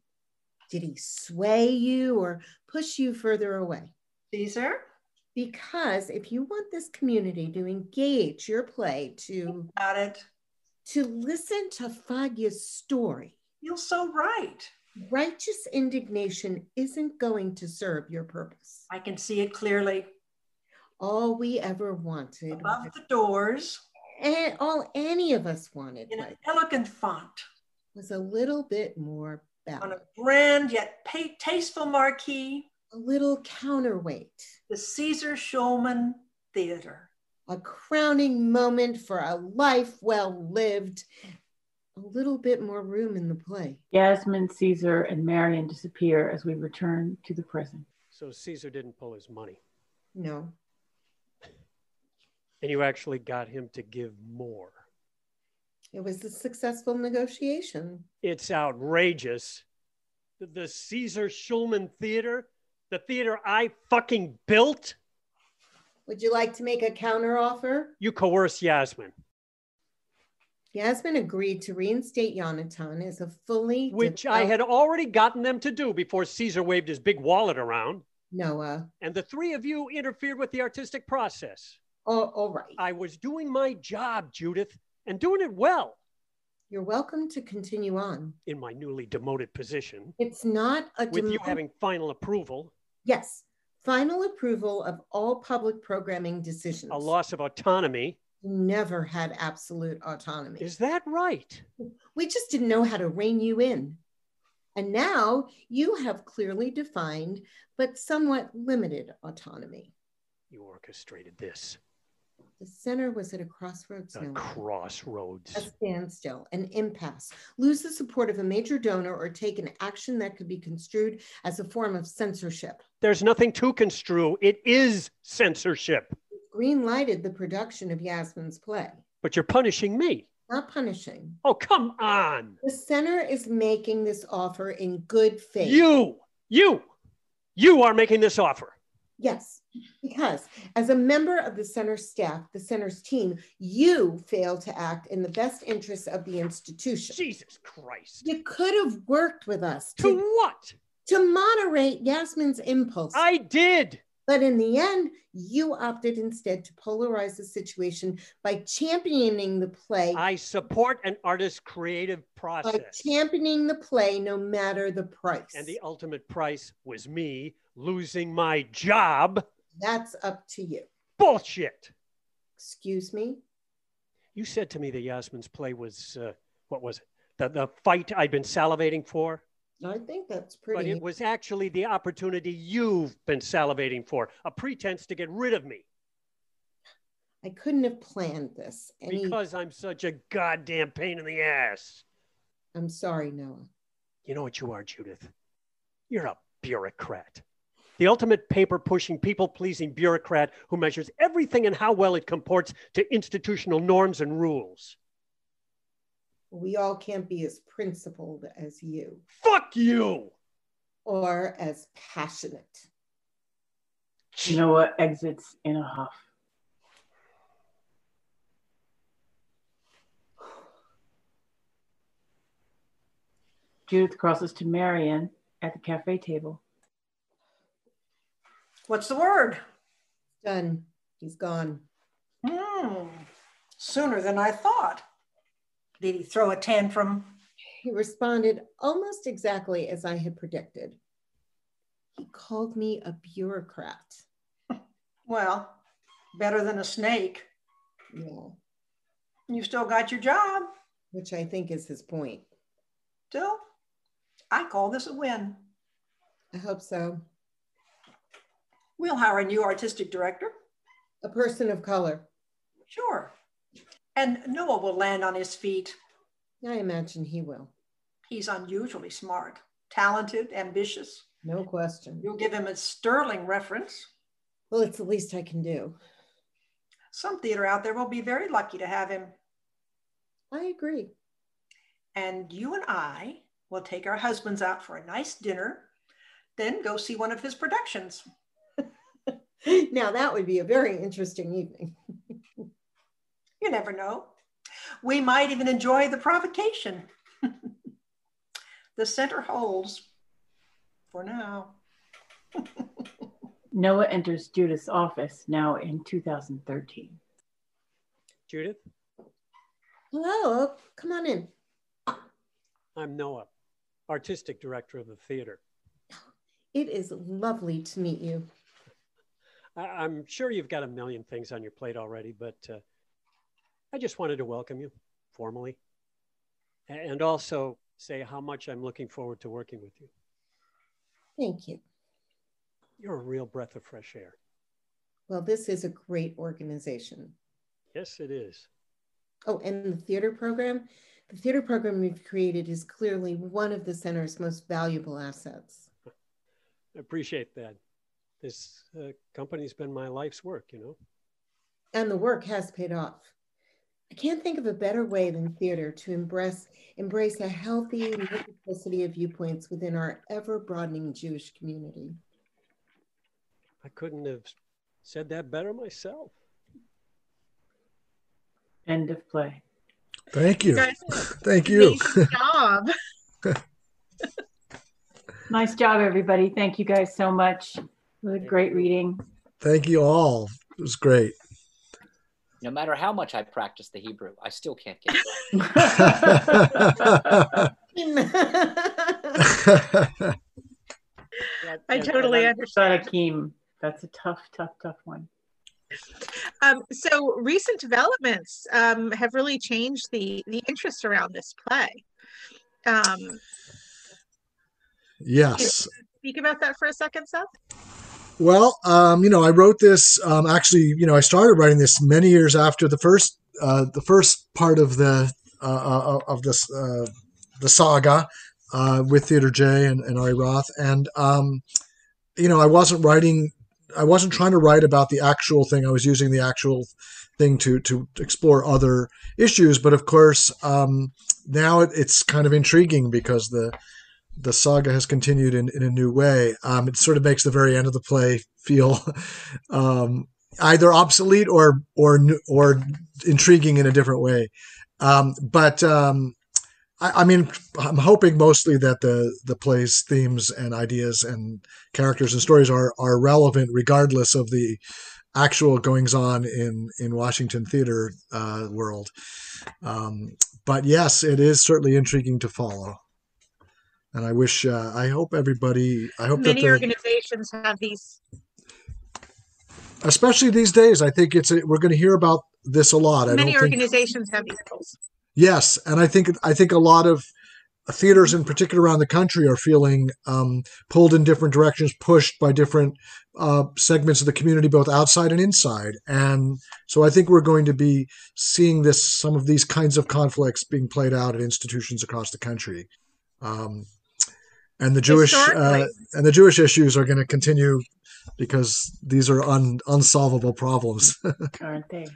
Did he sway you or push you further away? Caesar, Because if you want this community to engage your play, to got it. to listen to Fadia's story, You're so right. righteous indignation isn't going to serve your purpose. I can see it clearly. All we ever wanted, Above the doors, and all any of us wanted, in an was- elegant font, was a little bit more on a balance, grand yet pa- tasteful marquee, a little counterweight, the Caesar Shulman Theater. a crowning moment for a life well lived, a little bit more room in the play. Yasmin, Caesar, and Marion disappear as we return to the prison. So Caesar didn't pull his money. No, And you actually got him to give more. it was a successful negotiation. It's outrageous. The- The Caesar Schulman Theater, the theater I fucking built, Would you like to make a counteroffer? you coerce Yasmin, Yasmin agreed to reinstate Yonatan as a fully which I had developed already gotten them to do before Caesar waved his big wallet around. Noah. And the three of you interfered with the artistic process. Oh, all right. I was doing my job, Judith, and doing it well You're welcome to continue on. in my newly demoted position It's not a with you demand- having final approval, yes final approval of all public programming decisions. a loss of autonomy. You never had absolute autonomy. Is that right? We just didn't know how to rein you in. And now you have clearly defined but somewhat limited autonomy. You orchestrated this. The The center was at a crossroads The now. a crossroads. standstill, an impasse, lose the support of a major donor, or take an action that could be construed as a form of censorship. There's nothing to construe. It is censorship. Green lighted the production of Yasmin's play, But you're punishing me. not punishing. Oh, come on. The center is making this offer in good faith. You, you, you are making this offer. Yes, because as a member of the center staff, the center's team, you failed to act in the best interests of the institution. Jesus Christ. You could have worked with us To to, what? to moderate Yasmin's impulse. I did. But in the end, you opted instead to polarize the situation by championing the play, I support an artist's creative by process. championing the play no matter the price. And the ultimate price was me losing my job. That's up to you. Bullshit. Excuse me? You said to me that Yasmin's play was, uh, what was it? The, the fight I'd been salivating for? I think that's But pretty. it was actually the opportunity you've been salivating for, a pretense to get rid of me I couldn't have planned this. Any, because I'm such a goddamn pain in the ass. I'm sorry, Noah. You know what you are, Judith? You're a bureaucrat. The ultimate paper pushing, people pleasing bureaucrat who measures everything and how well it comports to institutional norms and rules. We all can't be as principled as you Fuck you! or as passionate. Noah exits in a huff. Judith crosses to Marion at the cafe table. What's the word? Done. He's gone. Hmm. Sooner than I thought. Did he throw a tantrum? He responded almost exactly as I had predicted. He called me a bureaucrat. Well, better than a snake. Yeah, You still got your job, which I think is his point. still. I call this a win. I hope so. We'll hire a new artistic director. A person of color. Sure. And Noah will land on his feet. I imagine he will. He's unusually smart, talented, ambitious. No question. You'll give him a sterling reference. Well, it's the least I can do. Some theater out there will be very lucky to have him. I agree. *gasps* And you and I will take our husbands out for a nice dinner, then go see one of his productions. Now, that would be a very interesting evening. You never know. We might even enjoy the provocation. *laughs* the center holds for now. Noah enters Judith's office now in 2013. Judith, Hello, come on in. I'm Noah, artistic director of the theater. It is lovely to meet you. I- I'm sure you've got a million things on your plate already, but uh, I just wanted to welcome you formally a- and also say how much I'm looking forward to working with you. Thank you. You're a real breath of fresh air. Well, this is a great organization. Yes, it is. Oh, and the theater program? The theater program we've created is clearly one of the center's most valuable assets. I appreciate that. This uh, company's been my life's work, you know. And the work has paid off. I can't think of a better way than theater to embrace, embrace a healthy multiplicity of viewpoints within our ever broadening Jewish community. I couldn't have said that better myself. End of play. Thank you. guys Thank you. *laughs* Amazing job. Nice job, everybody. Thank you guys so much. It was a great reading. Thank you all. It was great. No matter how much I practice the Hebrew, I still can't get it. *laughs* *laughs* That- I and- and totally I'm- understand. Sadakim. That's a tough, tough, tough one. Um, so recent developments um, have really changed the the interest around this play. Um, yes. speak about that for a second, Seth. Well, um, you know, I wrote this um, actually. You know, I started writing this many years after the first uh, the first part of the uh, uh, of this uh, the saga uh, with Theater J and, and Ari Roth, and um, you know, I wasn't writing. I wasn't trying to write about the actual thing. I was using the actual thing to to explore other issues. But of course, um, now it, it's kind of intriguing because the the saga has continued in, in a new way. Um, it sort of makes the very end of the play feel um, either obsolete or or n- or intriguing in a different way. Um, but um, I, I mean, I'm hoping mostly that the the play's themes and ideas and characters and stories are are relevant regardless of the actual goings on in in Washington theater uh, world. Um, but yes, it is certainly intriguing to follow. And I wish, uh, I hope everybody, I hope that Many the, organizations have these. especially these days, I think it's a, we're going to hear about this a lot. I Many don't think organizations have equals. Yes, and I think I think a lot of theaters, in particular around the country, are feeling um, pulled in different directions, pushed by different uh, segments of the community, both outside and inside. And so I think we're going to be seeing this some of these kinds of conflicts being played out at institutions across the country. Um, and the Jewish uh, Historically. and the Jewish issues are going to continue because these are un, unsolvable problems. aren't they?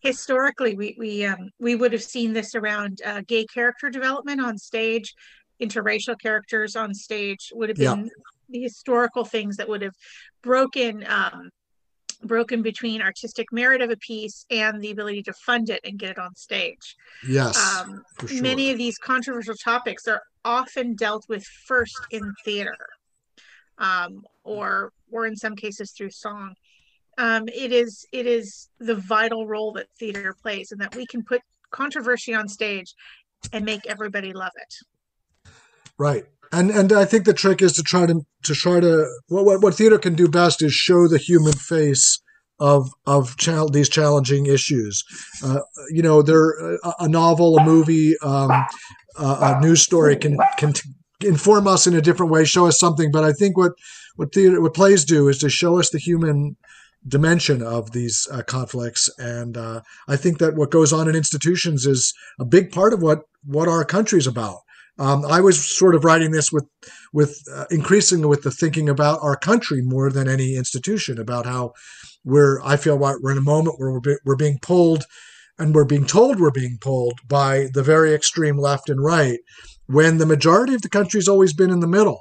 Historically, we we um, we would have seen this around uh, gay character development on stage, interracial characters on stage would have Yeah. been the historical things that would have broken um, broken between artistic merit of a piece and the ability to fund it and get it on stage. yes, Um, for sure. Many of these controversial topics are often dealt with first in theater, um, or or in some cases through song. Um, it is it is the vital role that theater plays, and that we can put controversy on stage and make everybody love it. Right. And and I think the trick is to try to to try to what what, what theater can do best is show the human face of of chal- these challenging issues. Uh, you know, there a, a novel, a movie, um, a, a news story can can t- inform us in a different way, show us something. But I think what what theater what plays do is to show us the human dimension of these uh, conflicts and uh, i think that what goes on in institutions is a big part of what what our country's about um, I was sort of writing this with, with uh, increasingly with the thinking about our country more than any institution, about how we're. I feel like we're in a moment where we're be, we're being pulled, and we're being told we're being pulled by the very extreme left and right, when the majority of the country's always been in the middle.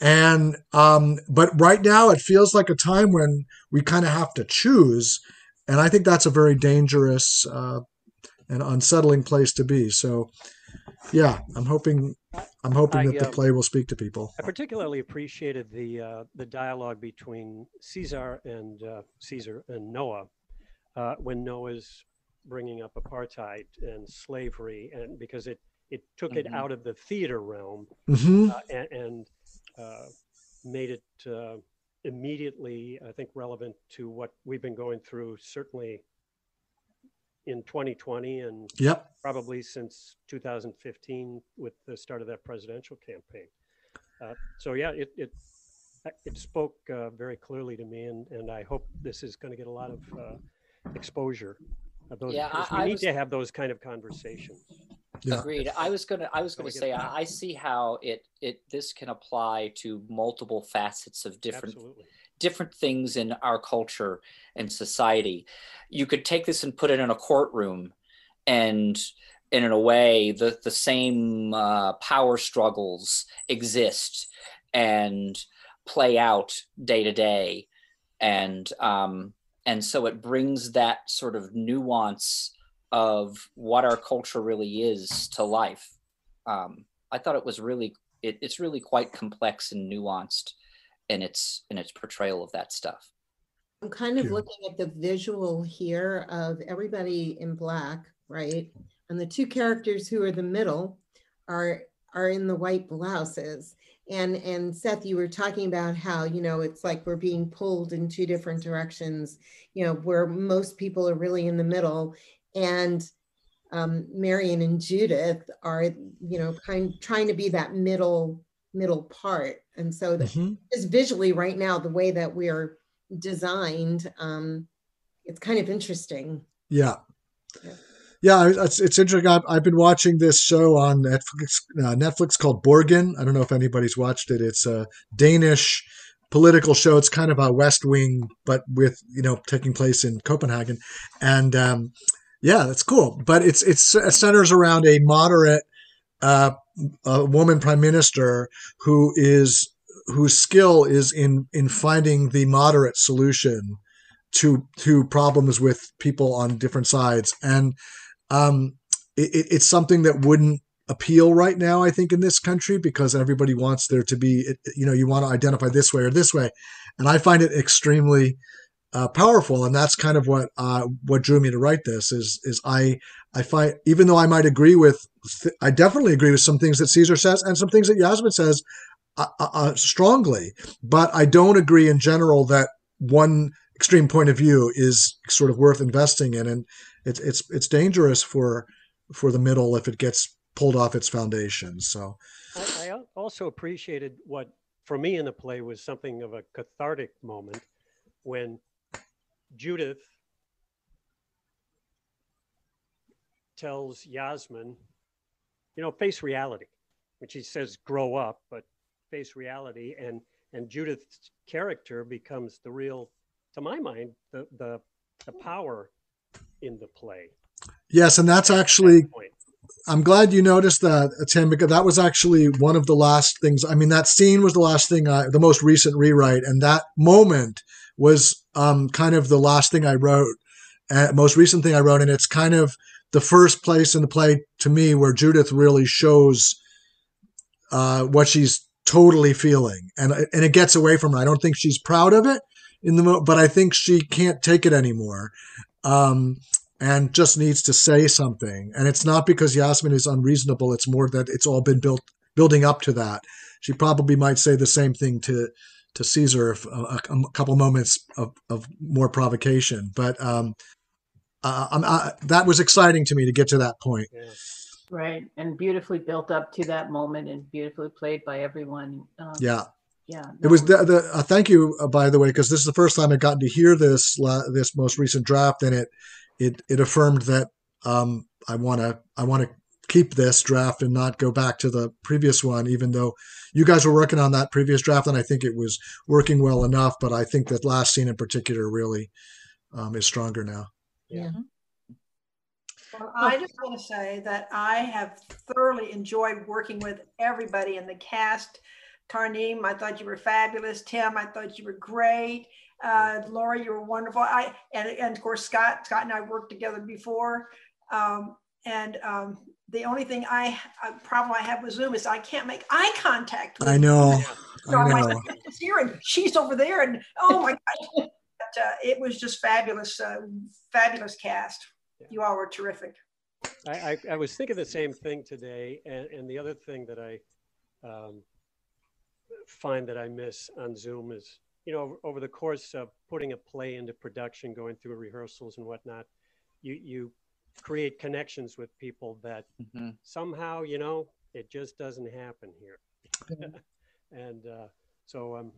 And um, but right now it feels like a time when we kind of have to choose, and I think that's a very dangerous uh, and unsettling place to be. So yeah, I'm hoping I'm hoping I, that the um, play will speak to people. I particularly appreciated the uh, the dialogue between Caesar and uh, Caesar and Noah uh, when Noah's bringing up apartheid and slavery, and because it it took it Mhm. out of the theater realm hmm uh, and, and uh, made it uh, immediately, I think, relevant to what we've been going through, certainly in 2020 and Yep. probably since 2015 with the start of that presidential campaign. Uh, so yeah, it it it spoke uh, very clearly to me, and and I hope this is going to get a lot of uh, exposure. Of those, Yeah, I- because we I need was- to have those kind of conversations. Yeah. Agreed. I was gonna. I was Gotta gonna get say. it. I I see how it. It. This can apply to multiple facets of different Absolutely. different things in our culture and society. You could take this and put it in a courtroom, and and in a way, the the same uh, power struggles exist and play out day to day, and um, and so it brings that sort of nuance of what our culture really is to life. Um, I thought it was really. It, it's really quite complex and nuanced in its in its portrayal of that stuff. I'm kind of Yeah. looking at the visual here of everybody in black, right? And the two characters who are the middle are are in the white blouses. And and Seth, you were talking about how, you know, it's like we're being pulled in two different directions, you know, where most people are really in the middle. And um, Marion and Judith are, you know, kind trying to be that middle middle part. And so, the, Mm-hmm. just visually, right now, the way that we are designed, um, it's kind of interesting. Yeah. Yeah, it's, it's interesting. I've, I've been watching this show on Netflix, uh, Netflix called Borgen. I don't know if anybody's watched it. It's a Danish political show. It's kind of a West Wing, but with you know taking place in Copenhagen, and um, yeah, that's cool. But it's it's it centers around a moderate uh, a woman prime minister who is whose skill is in in finding the moderate solution to to problems with people on different sides, and um, it, it- it's something that wouldn't appeal right now i think in this country because everybody wants there to be it- you know you want to identify this way or this way and i find it extremely uh, powerful and that's kind of what uh, what drew me to write this is is i i find even though i might agree with th- i definitely agree with some things that caesar says and some things that yasmin says uh, uh, uh, strongly but i don't agree in general that one extreme point of view is sort of worth investing in and it's it's it's dangerous for for the middle if it gets pulled off its foundation so I, I al- also appreciated what, for me in the play, was something of a cathartic moment when Judith tells Yasmin, you know, face reality. When she says grow up, but face reality, and and Judith's character becomes the real, to my mind, the the, the power in the play. yes and that's actually i'm glad you noticed that tim because that was actually one of the last things i mean that scene was the last thing i the most recent rewrite and that moment was um kind of the last thing i wrote uh, most recent thing i wrote and it's kind of the first place in the play to me where judith really shows uh, what she's totally feeling, and and it gets away from her. I don't think she's proud of it in the mo- but I think she can't take it anymore, um, and just needs to say something. And it's not because Yasmin is unreasonable. It's more that it's all been built building up to that. She probably might say the same thing to to Caesar if, uh, a, a couple moments of, of more provocation, but. Um, uh, I'm, I, that was exciting to me to get to that point. Right. And beautifully built up to that moment and beautifully played by everyone. Um, Yeah. Yeah. It was the, the uh, thank you uh, by the way because this is the first time I've gotten to hear this la- this most recent draft and it it it affirmed that um, I want to I want to keep this draft and not go back to the previous one even though you guys were working on that previous draft and I think it was working well enough but I think that last scene in particular really um, is stronger now. Yeah. Well, I just want to say that I have thoroughly enjoyed working with everybody in the cast. Tarneem, I thought you were fabulous. Tim, I thought you were great. Uh, Laura, you were wonderful. I and, and of course Scott, Scott and I worked together before. Um, and um, the only thing I uh, problem I have with Zoom is I can't make eye contact. With I know. so I my know. sister is here and she's over there, and oh my God. But, uh, it was just fabulous, uh, fabulous cast. You all were terrific. I, I, I was thinking the same thing today, and, and the other thing that I um, find that I miss on Zoom is, you know, over, over the course of putting a play into production, going through rehearsals and whatnot, you you create connections with people that somehow, you know, it just doesn't happen here. *laughs* and uh, so I'm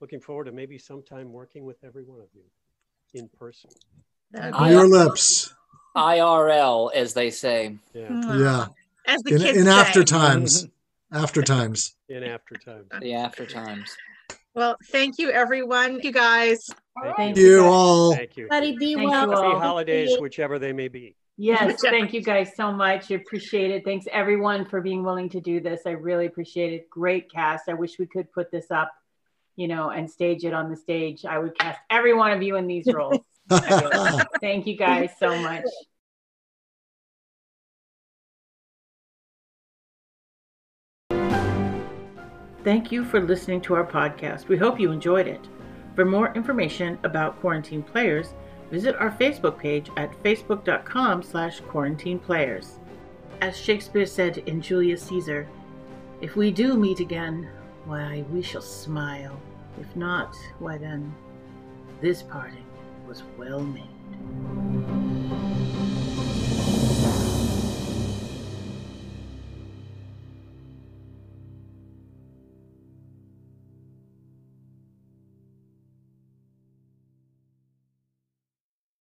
looking forward to maybe sometime working with every one of you in person. On your lips. IRL, as they say. Yeah. Yeah. uh, As the in kids in say. after times. *laughs* After times. In after times. The after times. Well, thank you, everyone. You guys. Thank you you. all. Thank you. Everybody be Thank well. you all. Happy holidays, whichever they may be. Yes, thank you guys so much. I Appreciate it. Thanks everyone for being willing to do this. I really appreciate it. Great cast. I wish we could put this up, you know, and stage it on the stage. I would cast every one of you in these roles. *laughs* thank you guys so much. Thank you for listening to our podcast. We hope you enjoyed it. For more information about Quarantine Players, visit our Facebook page at facebook.com slash quarantine players. As Shakespeare said in Julius Caesar, if we do meet again, why, we shall smile. If not, why then, this parting was well made.